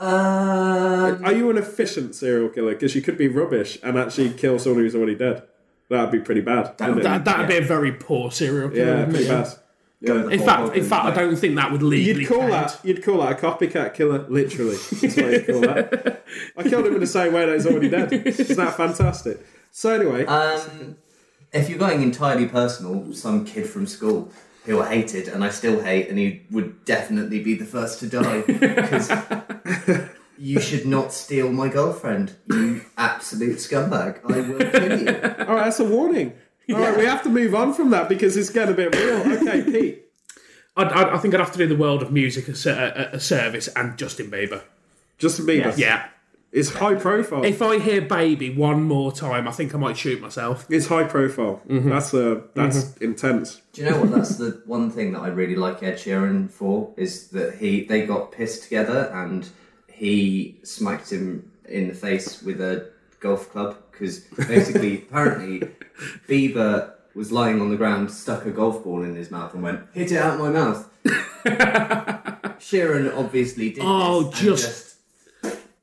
Speaker 3: Uh,
Speaker 1: are you an efficient serial killer? Because you could be rubbish and actually kill someone who's already dead. That'd be pretty bad. wouldn't it?
Speaker 2: That, that'd be a very poor serial killer.
Speaker 1: yeah,
Speaker 2: wouldn't
Speaker 1: pretty
Speaker 2: it?
Speaker 1: bad.
Speaker 2: In fact, in fact, I don't think that would legally.
Speaker 1: You'd call
Speaker 2: count.
Speaker 1: that you'd call that a copycat killer, literally. That's what you'd call that. I killed him in the same way that he's already dead. Isn't that fantastic? So anyway,
Speaker 3: Um, if you're going entirely personal, some kid from school who I hated and I still hate, and he would definitely be the first to die because you should not steal my girlfriend. You absolute scumbag! I will kill you.
Speaker 1: all right, that's a warning. All right, we have to move on from that because it's getting a bit real. Okay, Pete.
Speaker 2: I'd, I'd, I think I'd have to do the world of music a, ser- a, a service and Justin Bieber.
Speaker 1: Justin Bieber.
Speaker 2: Yeah.
Speaker 1: It's high profile.
Speaker 2: If I hear "Baby" one more time, I think I might shoot myself.
Speaker 1: it's high profile.
Speaker 2: Mm-hmm.
Speaker 1: That's a that's intense.
Speaker 3: Do you know what? That's the one thing that I really like Ed Sheeran for is that he they got pissed together and he smacked him in the face with a golf club because basically, apparently, Bieber was lying on the ground, stuck a golf ball in his mouth, and went hit it out my mouth. Sheeran obviously did.
Speaker 2: Oh,
Speaker 3: this and
Speaker 2: just-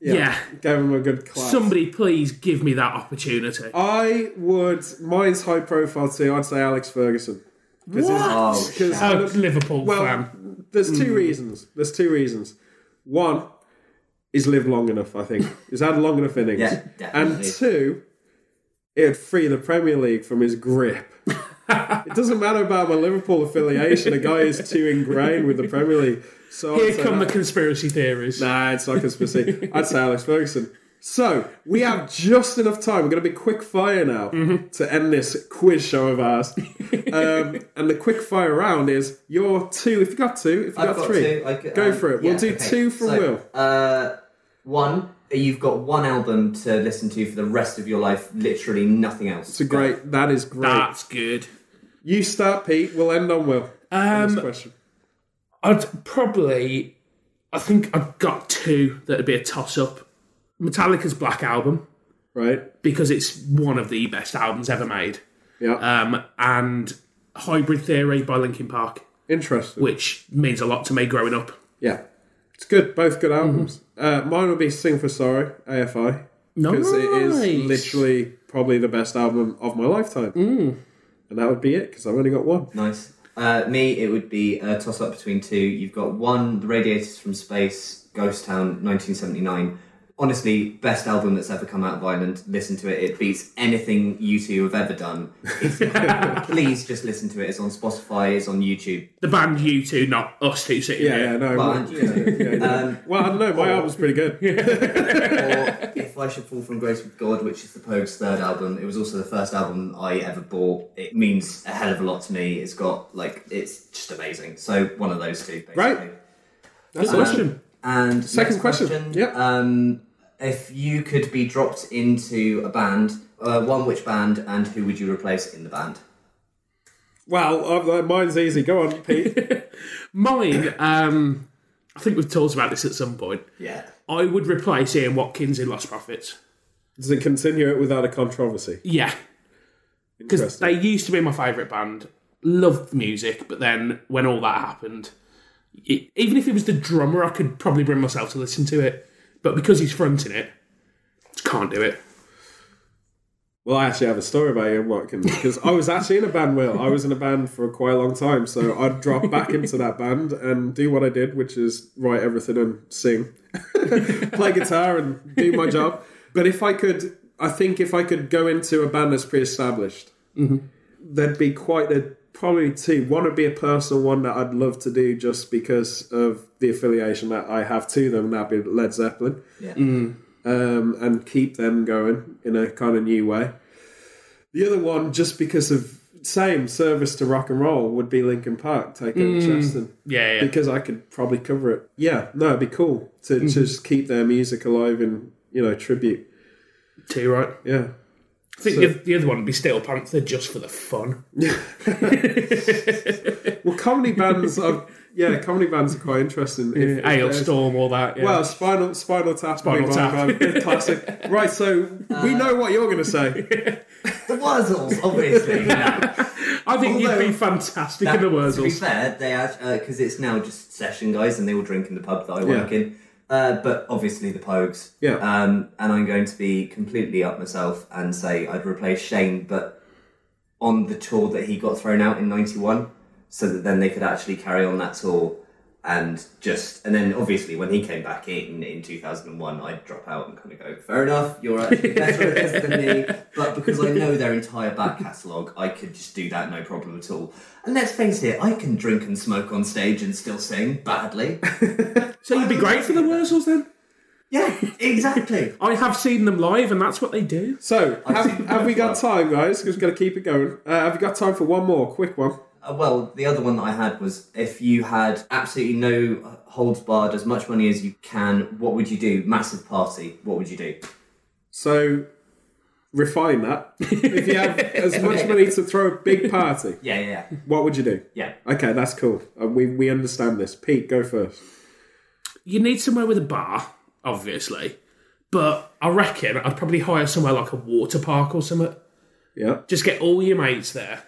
Speaker 2: Yeah.
Speaker 1: Gave him a good clap.
Speaker 2: Somebody, please give me that opportunity.
Speaker 1: Oh, I would mine's high profile too. I'd say Alex Ferguson.
Speaker 2: What?
Speaker 3: oh,
Speaker 1: Because
Speaker 2: Oh, Liverpool fan.
Speaker 1: There's two
Speaker 2: mm.
Speaker 1: reasons. There's two reasons. One, he's lived long enough, I think. he's had long enough innings.
Speaker 3: Yeah,
Speaker 1: and
Speaker 3: definitely.
Speaker 1: two, it'd free the Premier League from his grip. it doesn't matter about my Liverpool affiliation. The guy is too ingrained with the Premier League. So I'd
Speaker 2: Here
Speaker 1: say
Speaker 2: come
Speaker 1: that.
Speaker 2: the conspiracy theories.
Speaker 1: Nah, it's not conspiracy. I'd say Alex Ferguson. So we have just enough time. We're going to be quick fire now to end this quiz show of ours. um, and the quick fire round is your two. If you got two, if you
Speaker 3: I've
Speaker 1: got, three,
Speaker 3: two, I c-
Speaker 1: go
Speaker 3: um,
Speaker 1: for it.
Speaker 3: yeah,
Speaker 1: we'll do
Speaker 3: okay.
Speaker 1: two from
Speaker 3: So,
Speaker 1: Will.
Speaker 3: Uh, one, you've got one album to listen to for the rest of your life. Literally nothing else.
Speaker 1: It's a great. That is great.
Speaker 2: That's good.
Speaker 1: You start, Pete. We'll end on Will. on this
Speaker 2: Um,
Speaker 1: question.
Speaker 2: I'd probably. I think I've got two that'd be a toss up. Metallica's Black Album
Speaker 1: right?
Speaker 2: because it's one of the best albums ever made,
Speaker 1: Yeah.
Speaker 2: um, and Hybrid Theory by Linkin Park,
Speaker 1: Interesting.
Speaker 2: which means a lot to me growing up.
Speaker 1: yeah. It's good. Both good albums. Uh, mine will be Sing for Sorrow, AFI. Because it is
Speaker 2: Nice.
Speaker 1: literally probably the best album of my lifetime. And that would be it, because I've only got one.
Speaker 3: Nice. Uh, me, it would be a toss up between two. You've got one, The Radiators from Space, Ghost Town, 1979. Honestly, best album that's ever come out of Ireland. Listen to it. It beats anything you two have ever done. It's- Please just listen to it. It's on Spotify, it's on YouTube.
Speaker 2: The band you two, not us two sitting
Speaker 1: Yeah,
Speaker 2: here.
Speaker 1: yeah, no.
Speaker 3: Well,
Speaker 1: mine-
Speaker 3: and you two.
Speaker 1: yeah, yeah.
Speaker 3: Um,
Speaker 1: well, I don't know. My album's pretty good.
Speaker 3: or If I Should Fall From Grace With God, which is the Pogues' third album. It was also the first album I ever bought. It means a hell of a lot to me. It's got, like, it's just amazing. So, one of those two, basically.
Speaker 1: Right. That's
Speaker 2: Um,
Speaker 1: awesome.
Speaker 3: And
Speaker 1: Second
Speaker 3: next
Speaker 1: question. Yep.
Speaker 3: Um, if you could be dropped into a band, uh, one which band, and who would you replace in the band?
Speaker 1: Well, uh, mine's easy. Go on, Pete.
Speaker 2: Mine, um, I think we've talked about this at some point.
Speaker 3: Yeah.
Speaker 2: I would replace Ian Watkins in Lost Prophets.
Speaker 1: Does it continue it without a controversy?
Speaker 2: Yeah, because
Speaker 1: Interesting.
Speaker 2: they used to be my favourite band. Loved the music, but then when all that happened, it, even if it was the drummer, I could probably bring myself to listen to it. But because he's fronting it, just can't do it.
Speaker 1: Well, I actually have a story about Ian Watkins because I was actually in a band. Will I was in a band for quite a long time, so I'd drop back into that band and do what I did, which is write everything and sing, play guitar, and do my job. But if I could, I think if I could go into a band that's pre-established, there'd be quite a probably two. One would be a personal one that I'd love to do just because of the affiliation that I have to them, and that'd be Led Zeppelin
Speaker 3: Yeah.
Speaker 1: um, and keep them going in a kind of new way. The other one, just because of same service to rock and roll, would be Linkin Park taking over
Speaker 2: Mm.
Speaker 1: Cheston
Speaker 2: Yeah, yeah.
Speaker 1: because I could probably cover it. Yeah, no, it'd be cool to
Speaker 2: Mm-hmm.
Speaker 1: just keep their music alive and you know tribute.
Speaker 2: too right.
Speaker 1: Yeah,
Speaker 2: I think
Speaker 1: So-
Speaker 2: the, the other one would be Steel Panther just for the fun.
Speaker 1: well, comedy bands, are, yeah, comedy bands are quite interesting. If- if
Speaker 2: Ale
Speaker 1: there's-
Speaker 2: Storm, all that. Yeah.
Speaker 1: Well, spinal spinal tap,
Speaker 2: Spinal
Speaker 1: Big Bang
Speaker 2: Tap.
Speaker 1: Bang, classic. Right, so we know what you're going to say.
Speaker 3: The Wurzels, obviously.
Speaker 2: I think you'd
Speaker 3: although-
Speaker 2: be fantastic in
Speaker 3: That-
Speaker 2: the
Speaker 3: To be
Speaker 2: Wurzels.
Speaker 3: fair, they because it's now just session guys, and they all drink in the pub that I work
Speaker 1: Yeah.
Speaker 3: in. Uh, but obviously the Pogues.
Speaker 1: Yeah.
Speaker 3: Um, and I'm going to be completely up myself and say I'd replace Shane, but on the tour that he got thrown out in '91, so that then they could actually carry on that tour. And just and then obviously when he came back in in 2001, I'd drop out and kind of go, fair enough, you're actually better at this than me. But because I know their entire back catalogue, I could just do that no problem at all. And let's face it, I can drink and smoke on stage and still sing badly.
Speaker 2: So you'd be great for the Wurzels then.
Speaker 3: yeah, exactly.
Speaker 2: I have seen them live, and that's what they do.
Speaker 1: So, have,
Speaker 3: seen
Speaker 1: have we
Speaker 3: both
Speaker 1: got time, guys? Because we've got to keep it going. Uh, have you got time for one more? Quick one.
Speaker 3: Uh, well, the other one that I had was if you had absolutely no uh, holds barred, as much money as you can, what would you do? Massive party. What would you do?
Speaker 1: So, refine that. if you have as much money to throw a big party,
Speaker 3: Yeah, yeah, yeah.
Speaker 1: what would you do?
Speaker 3: yeah.
Speaker 1: Okay, that's cool. Uh, we, we understand this. Pete, go first.
Speaker 2: You need somewhere with a bar, obviously, but I reckon I'd probably hire somewhere like a water park or something.
Speaker 1: Yeah.
Speaker 2: Just get all your mates there,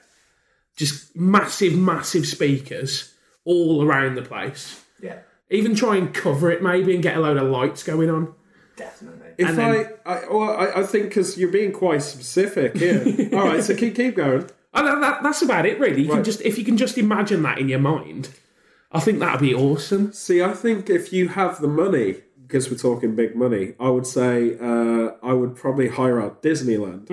Speaker 2: just massive, massive speakers all around the place.
Speaker 3: Yeah,
Speaker 2: Even try and cover it maybe and get a load of lights going on.
Speaker 3: definitely.
Speaker 1: If
Speaker 2: And then-
Speaker 1: I, I, well, I, I think because you're being quite specific here. All right, so keep keep going.
Speaker 2: And that, that- that's about it, really. You can
Speaker 1: Right.
Speaker 2: just if you can just imagine that in your mind, I think that'd be awesome.
Speaker 1: See, I think if you have the money, because we're talking big money, I would say uh, I would probably hire out Disneyland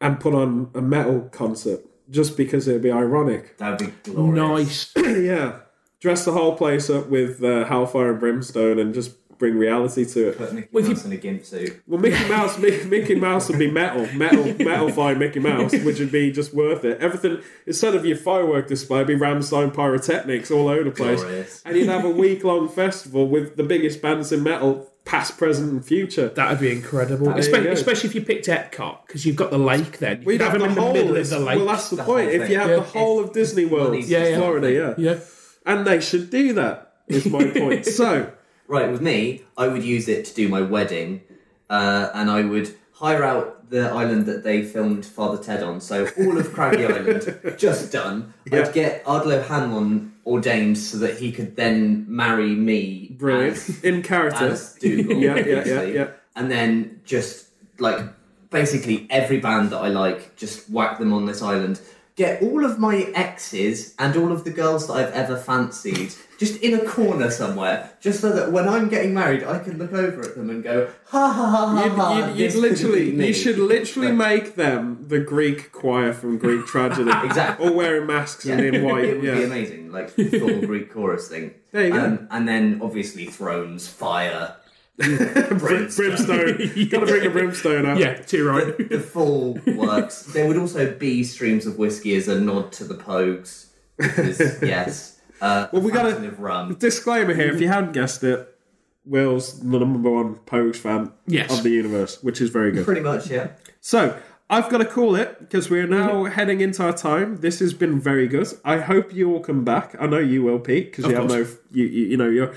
Speaker 1: and put on a metal concert just because it'd be ironic.
Speaker 3: That would be glorious.
Speaker 2: Nice.
Speaker 1: yeah. Dress the whole place up with uh, Hellfire and Brimstone and just bring reality to it.
Speaker 3: Put Mickey
Speaker 2: Well, if you-
Speaker 3: Mouse in a gimp suit.
Speaker 1: Well, Mickey Mouse, Mickey, Mickey Mouse would be metal, metal, metal fire Mickey Mouse, which would be just worth it. Everything instead of your firework display, it'd be Ramstein pyrotechnics all over the place,
Speaker 3: Glorious.
Speaker 1: and you'd have a week long festival with the biggest bands in metal, past, present, and future.
Speaker 2: That'd be incredible,
Speaker 1: you
Speaker 2: especially,
Speaker 1: go.
Speaker 2: especially if you picked Epcot because you've got the lake. Then you
Speaker 1: We'd
Speaker 2: could have, them in the middle of the lake.
Speaker 1: Well, that's the,
Speaker 3: The whole
Speaker 1: point. If
Speaker 3: thing.
Speaker 1: you have
Speaker 2: Yeah.
Speaker 1: the whole of Disney World,
Speaker 3: Money's
Speaker 2: Yeah, yeah.
Speaker 1: Florida, yeah.
Speaker 2: yeah.
Speaker 1: and they should do that. Is my point. so
Speaker 3: Right, with me, I would use it to do my wedding, uh, and I would hire out the island that they filmed Father Ted on. So all of Craggy Island, just done.
Speaker 1: Yeah.
Speaker 3: I'd get Ardlo Hanlon ordained so that he could then marry me. as-
Speaker 1: Brilliant. In character.
Speaker 3: as Dougal,
Speaker 1: Yeah, yeah, yeah,
Speaker 3: obviously.
Speaker 1: yeah.
Speaker 3: And then just like basically every band that I like, just whack them on this island. Get all of my exes and all of the girls that I've ever fancied just in a corner somewhere, just so that when I'm getting married, I can look over at them and go, ha ha ha ha ha.
Speaker 1: You'd, you'd, you'd
Speaker 3: this could have
Speaker 1: literally,
Speaker 3: been me."
Speaker 1: you should literally make them the Greek choir from Greek tragedy,
Speaker 3: Exactly.
Speaker 1: all wearing masks
Speaker 3: Yeah.
Speaker 1: and in
Speaker 3: It
Speaker 1: white.
Speaker 3: would be
Speaker 1: Yeah,
Speaker 3: amazing, like the full Greek chorus thing.
Speaker 1: There you go.
Speaker 3: Um, and then obviously thrones, fire,
Speaker 1: Brim, brimstone. Gotta bring a brimstone out.
Speaker 2: Yeah, too right.
Speaker 3: the full works. There would also be streams of whiskey as a nod to the Pogues. Because, yes. Uh, well,
Speaker 1: we gotta-
Speaker 3: of rum.
Speaker 1: Disclaimer here: if you hadn't guessed it, Will's the number one Pogues fan
Speaker 2: Yes.
Speaker 1: of the universe, which is very good.
Speaker 3: Pretty much, yeah.
Speaker 1: So I've got to call it because we're now
Speaker 2: Mm-hmm.
Speaker 1: heading into our time. This has been very good. I hope you all come back. I know you will, Pete, because you have no, you, you you know you're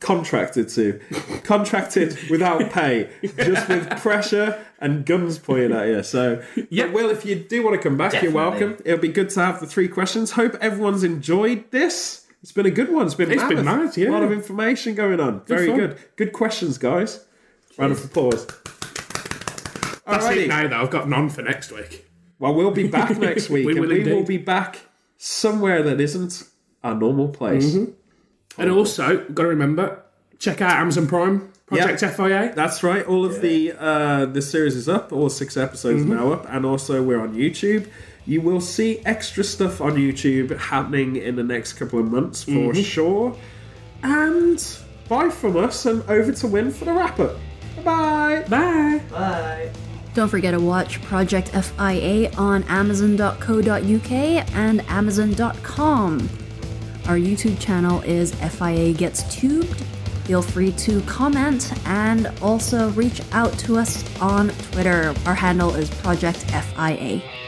Speaker 1: contracted to, contracted without pay, just with pressure and guns pointed at you. So yeah, Will, if you do want to come back, you're
Speaker 3: Definitely.
Speaker 1: welcome. It'll be good to have the three questions. Hope everyone's enjoyed this. It's been a good one. It's been
Speaker 2: It's been
Speaker 1: mammoth.
Speaker 2: mad,
Speaker 1: A
Speaker 2: yeah.
Speaker 1: lot of information going on. very
Speaker 2: fun.
Speaker 1: good. Good questions, guys. Round of applause.
Speaker 2: That's
Speaker 1: Alrighty.
Speaker 2: it now, though. I've got none for next week.
Speaker 1: Well, we'll be back next week,
Speaker 2: We
Speaker 1: and
Speaker 2: will
Speaker 1: we
Speaker 2: indeed.
Speaker 1: will be back somewhere that isn't our normal place.
Speaker 2: Mm-hmm. And also, got to remember, check out Amazon Prime Project FIA.
Speaker 1: That's right. All of the uh, the series is up. All six episodes
Speaker 2: Mm-hmm.
Speaker 1: are now up, and also we're on YouTube. You will see extra stuff on YouTube happening in the next couple of months for
Speaker 2: Mm-hmm.
Speaker 1: sure. And bye from us, and over to Win for the wrap up. Bye.
Speaker 2: Bye.
Speaker 3: Bye.
Speaker 4: Don't forget to watch Project FIA on Amazon.co.uk and Amazon.com. Our YouTube channel is FIA Gets Tubed. Feel free to comment and also reach out to us on Twitter. Our handle is Project FIA.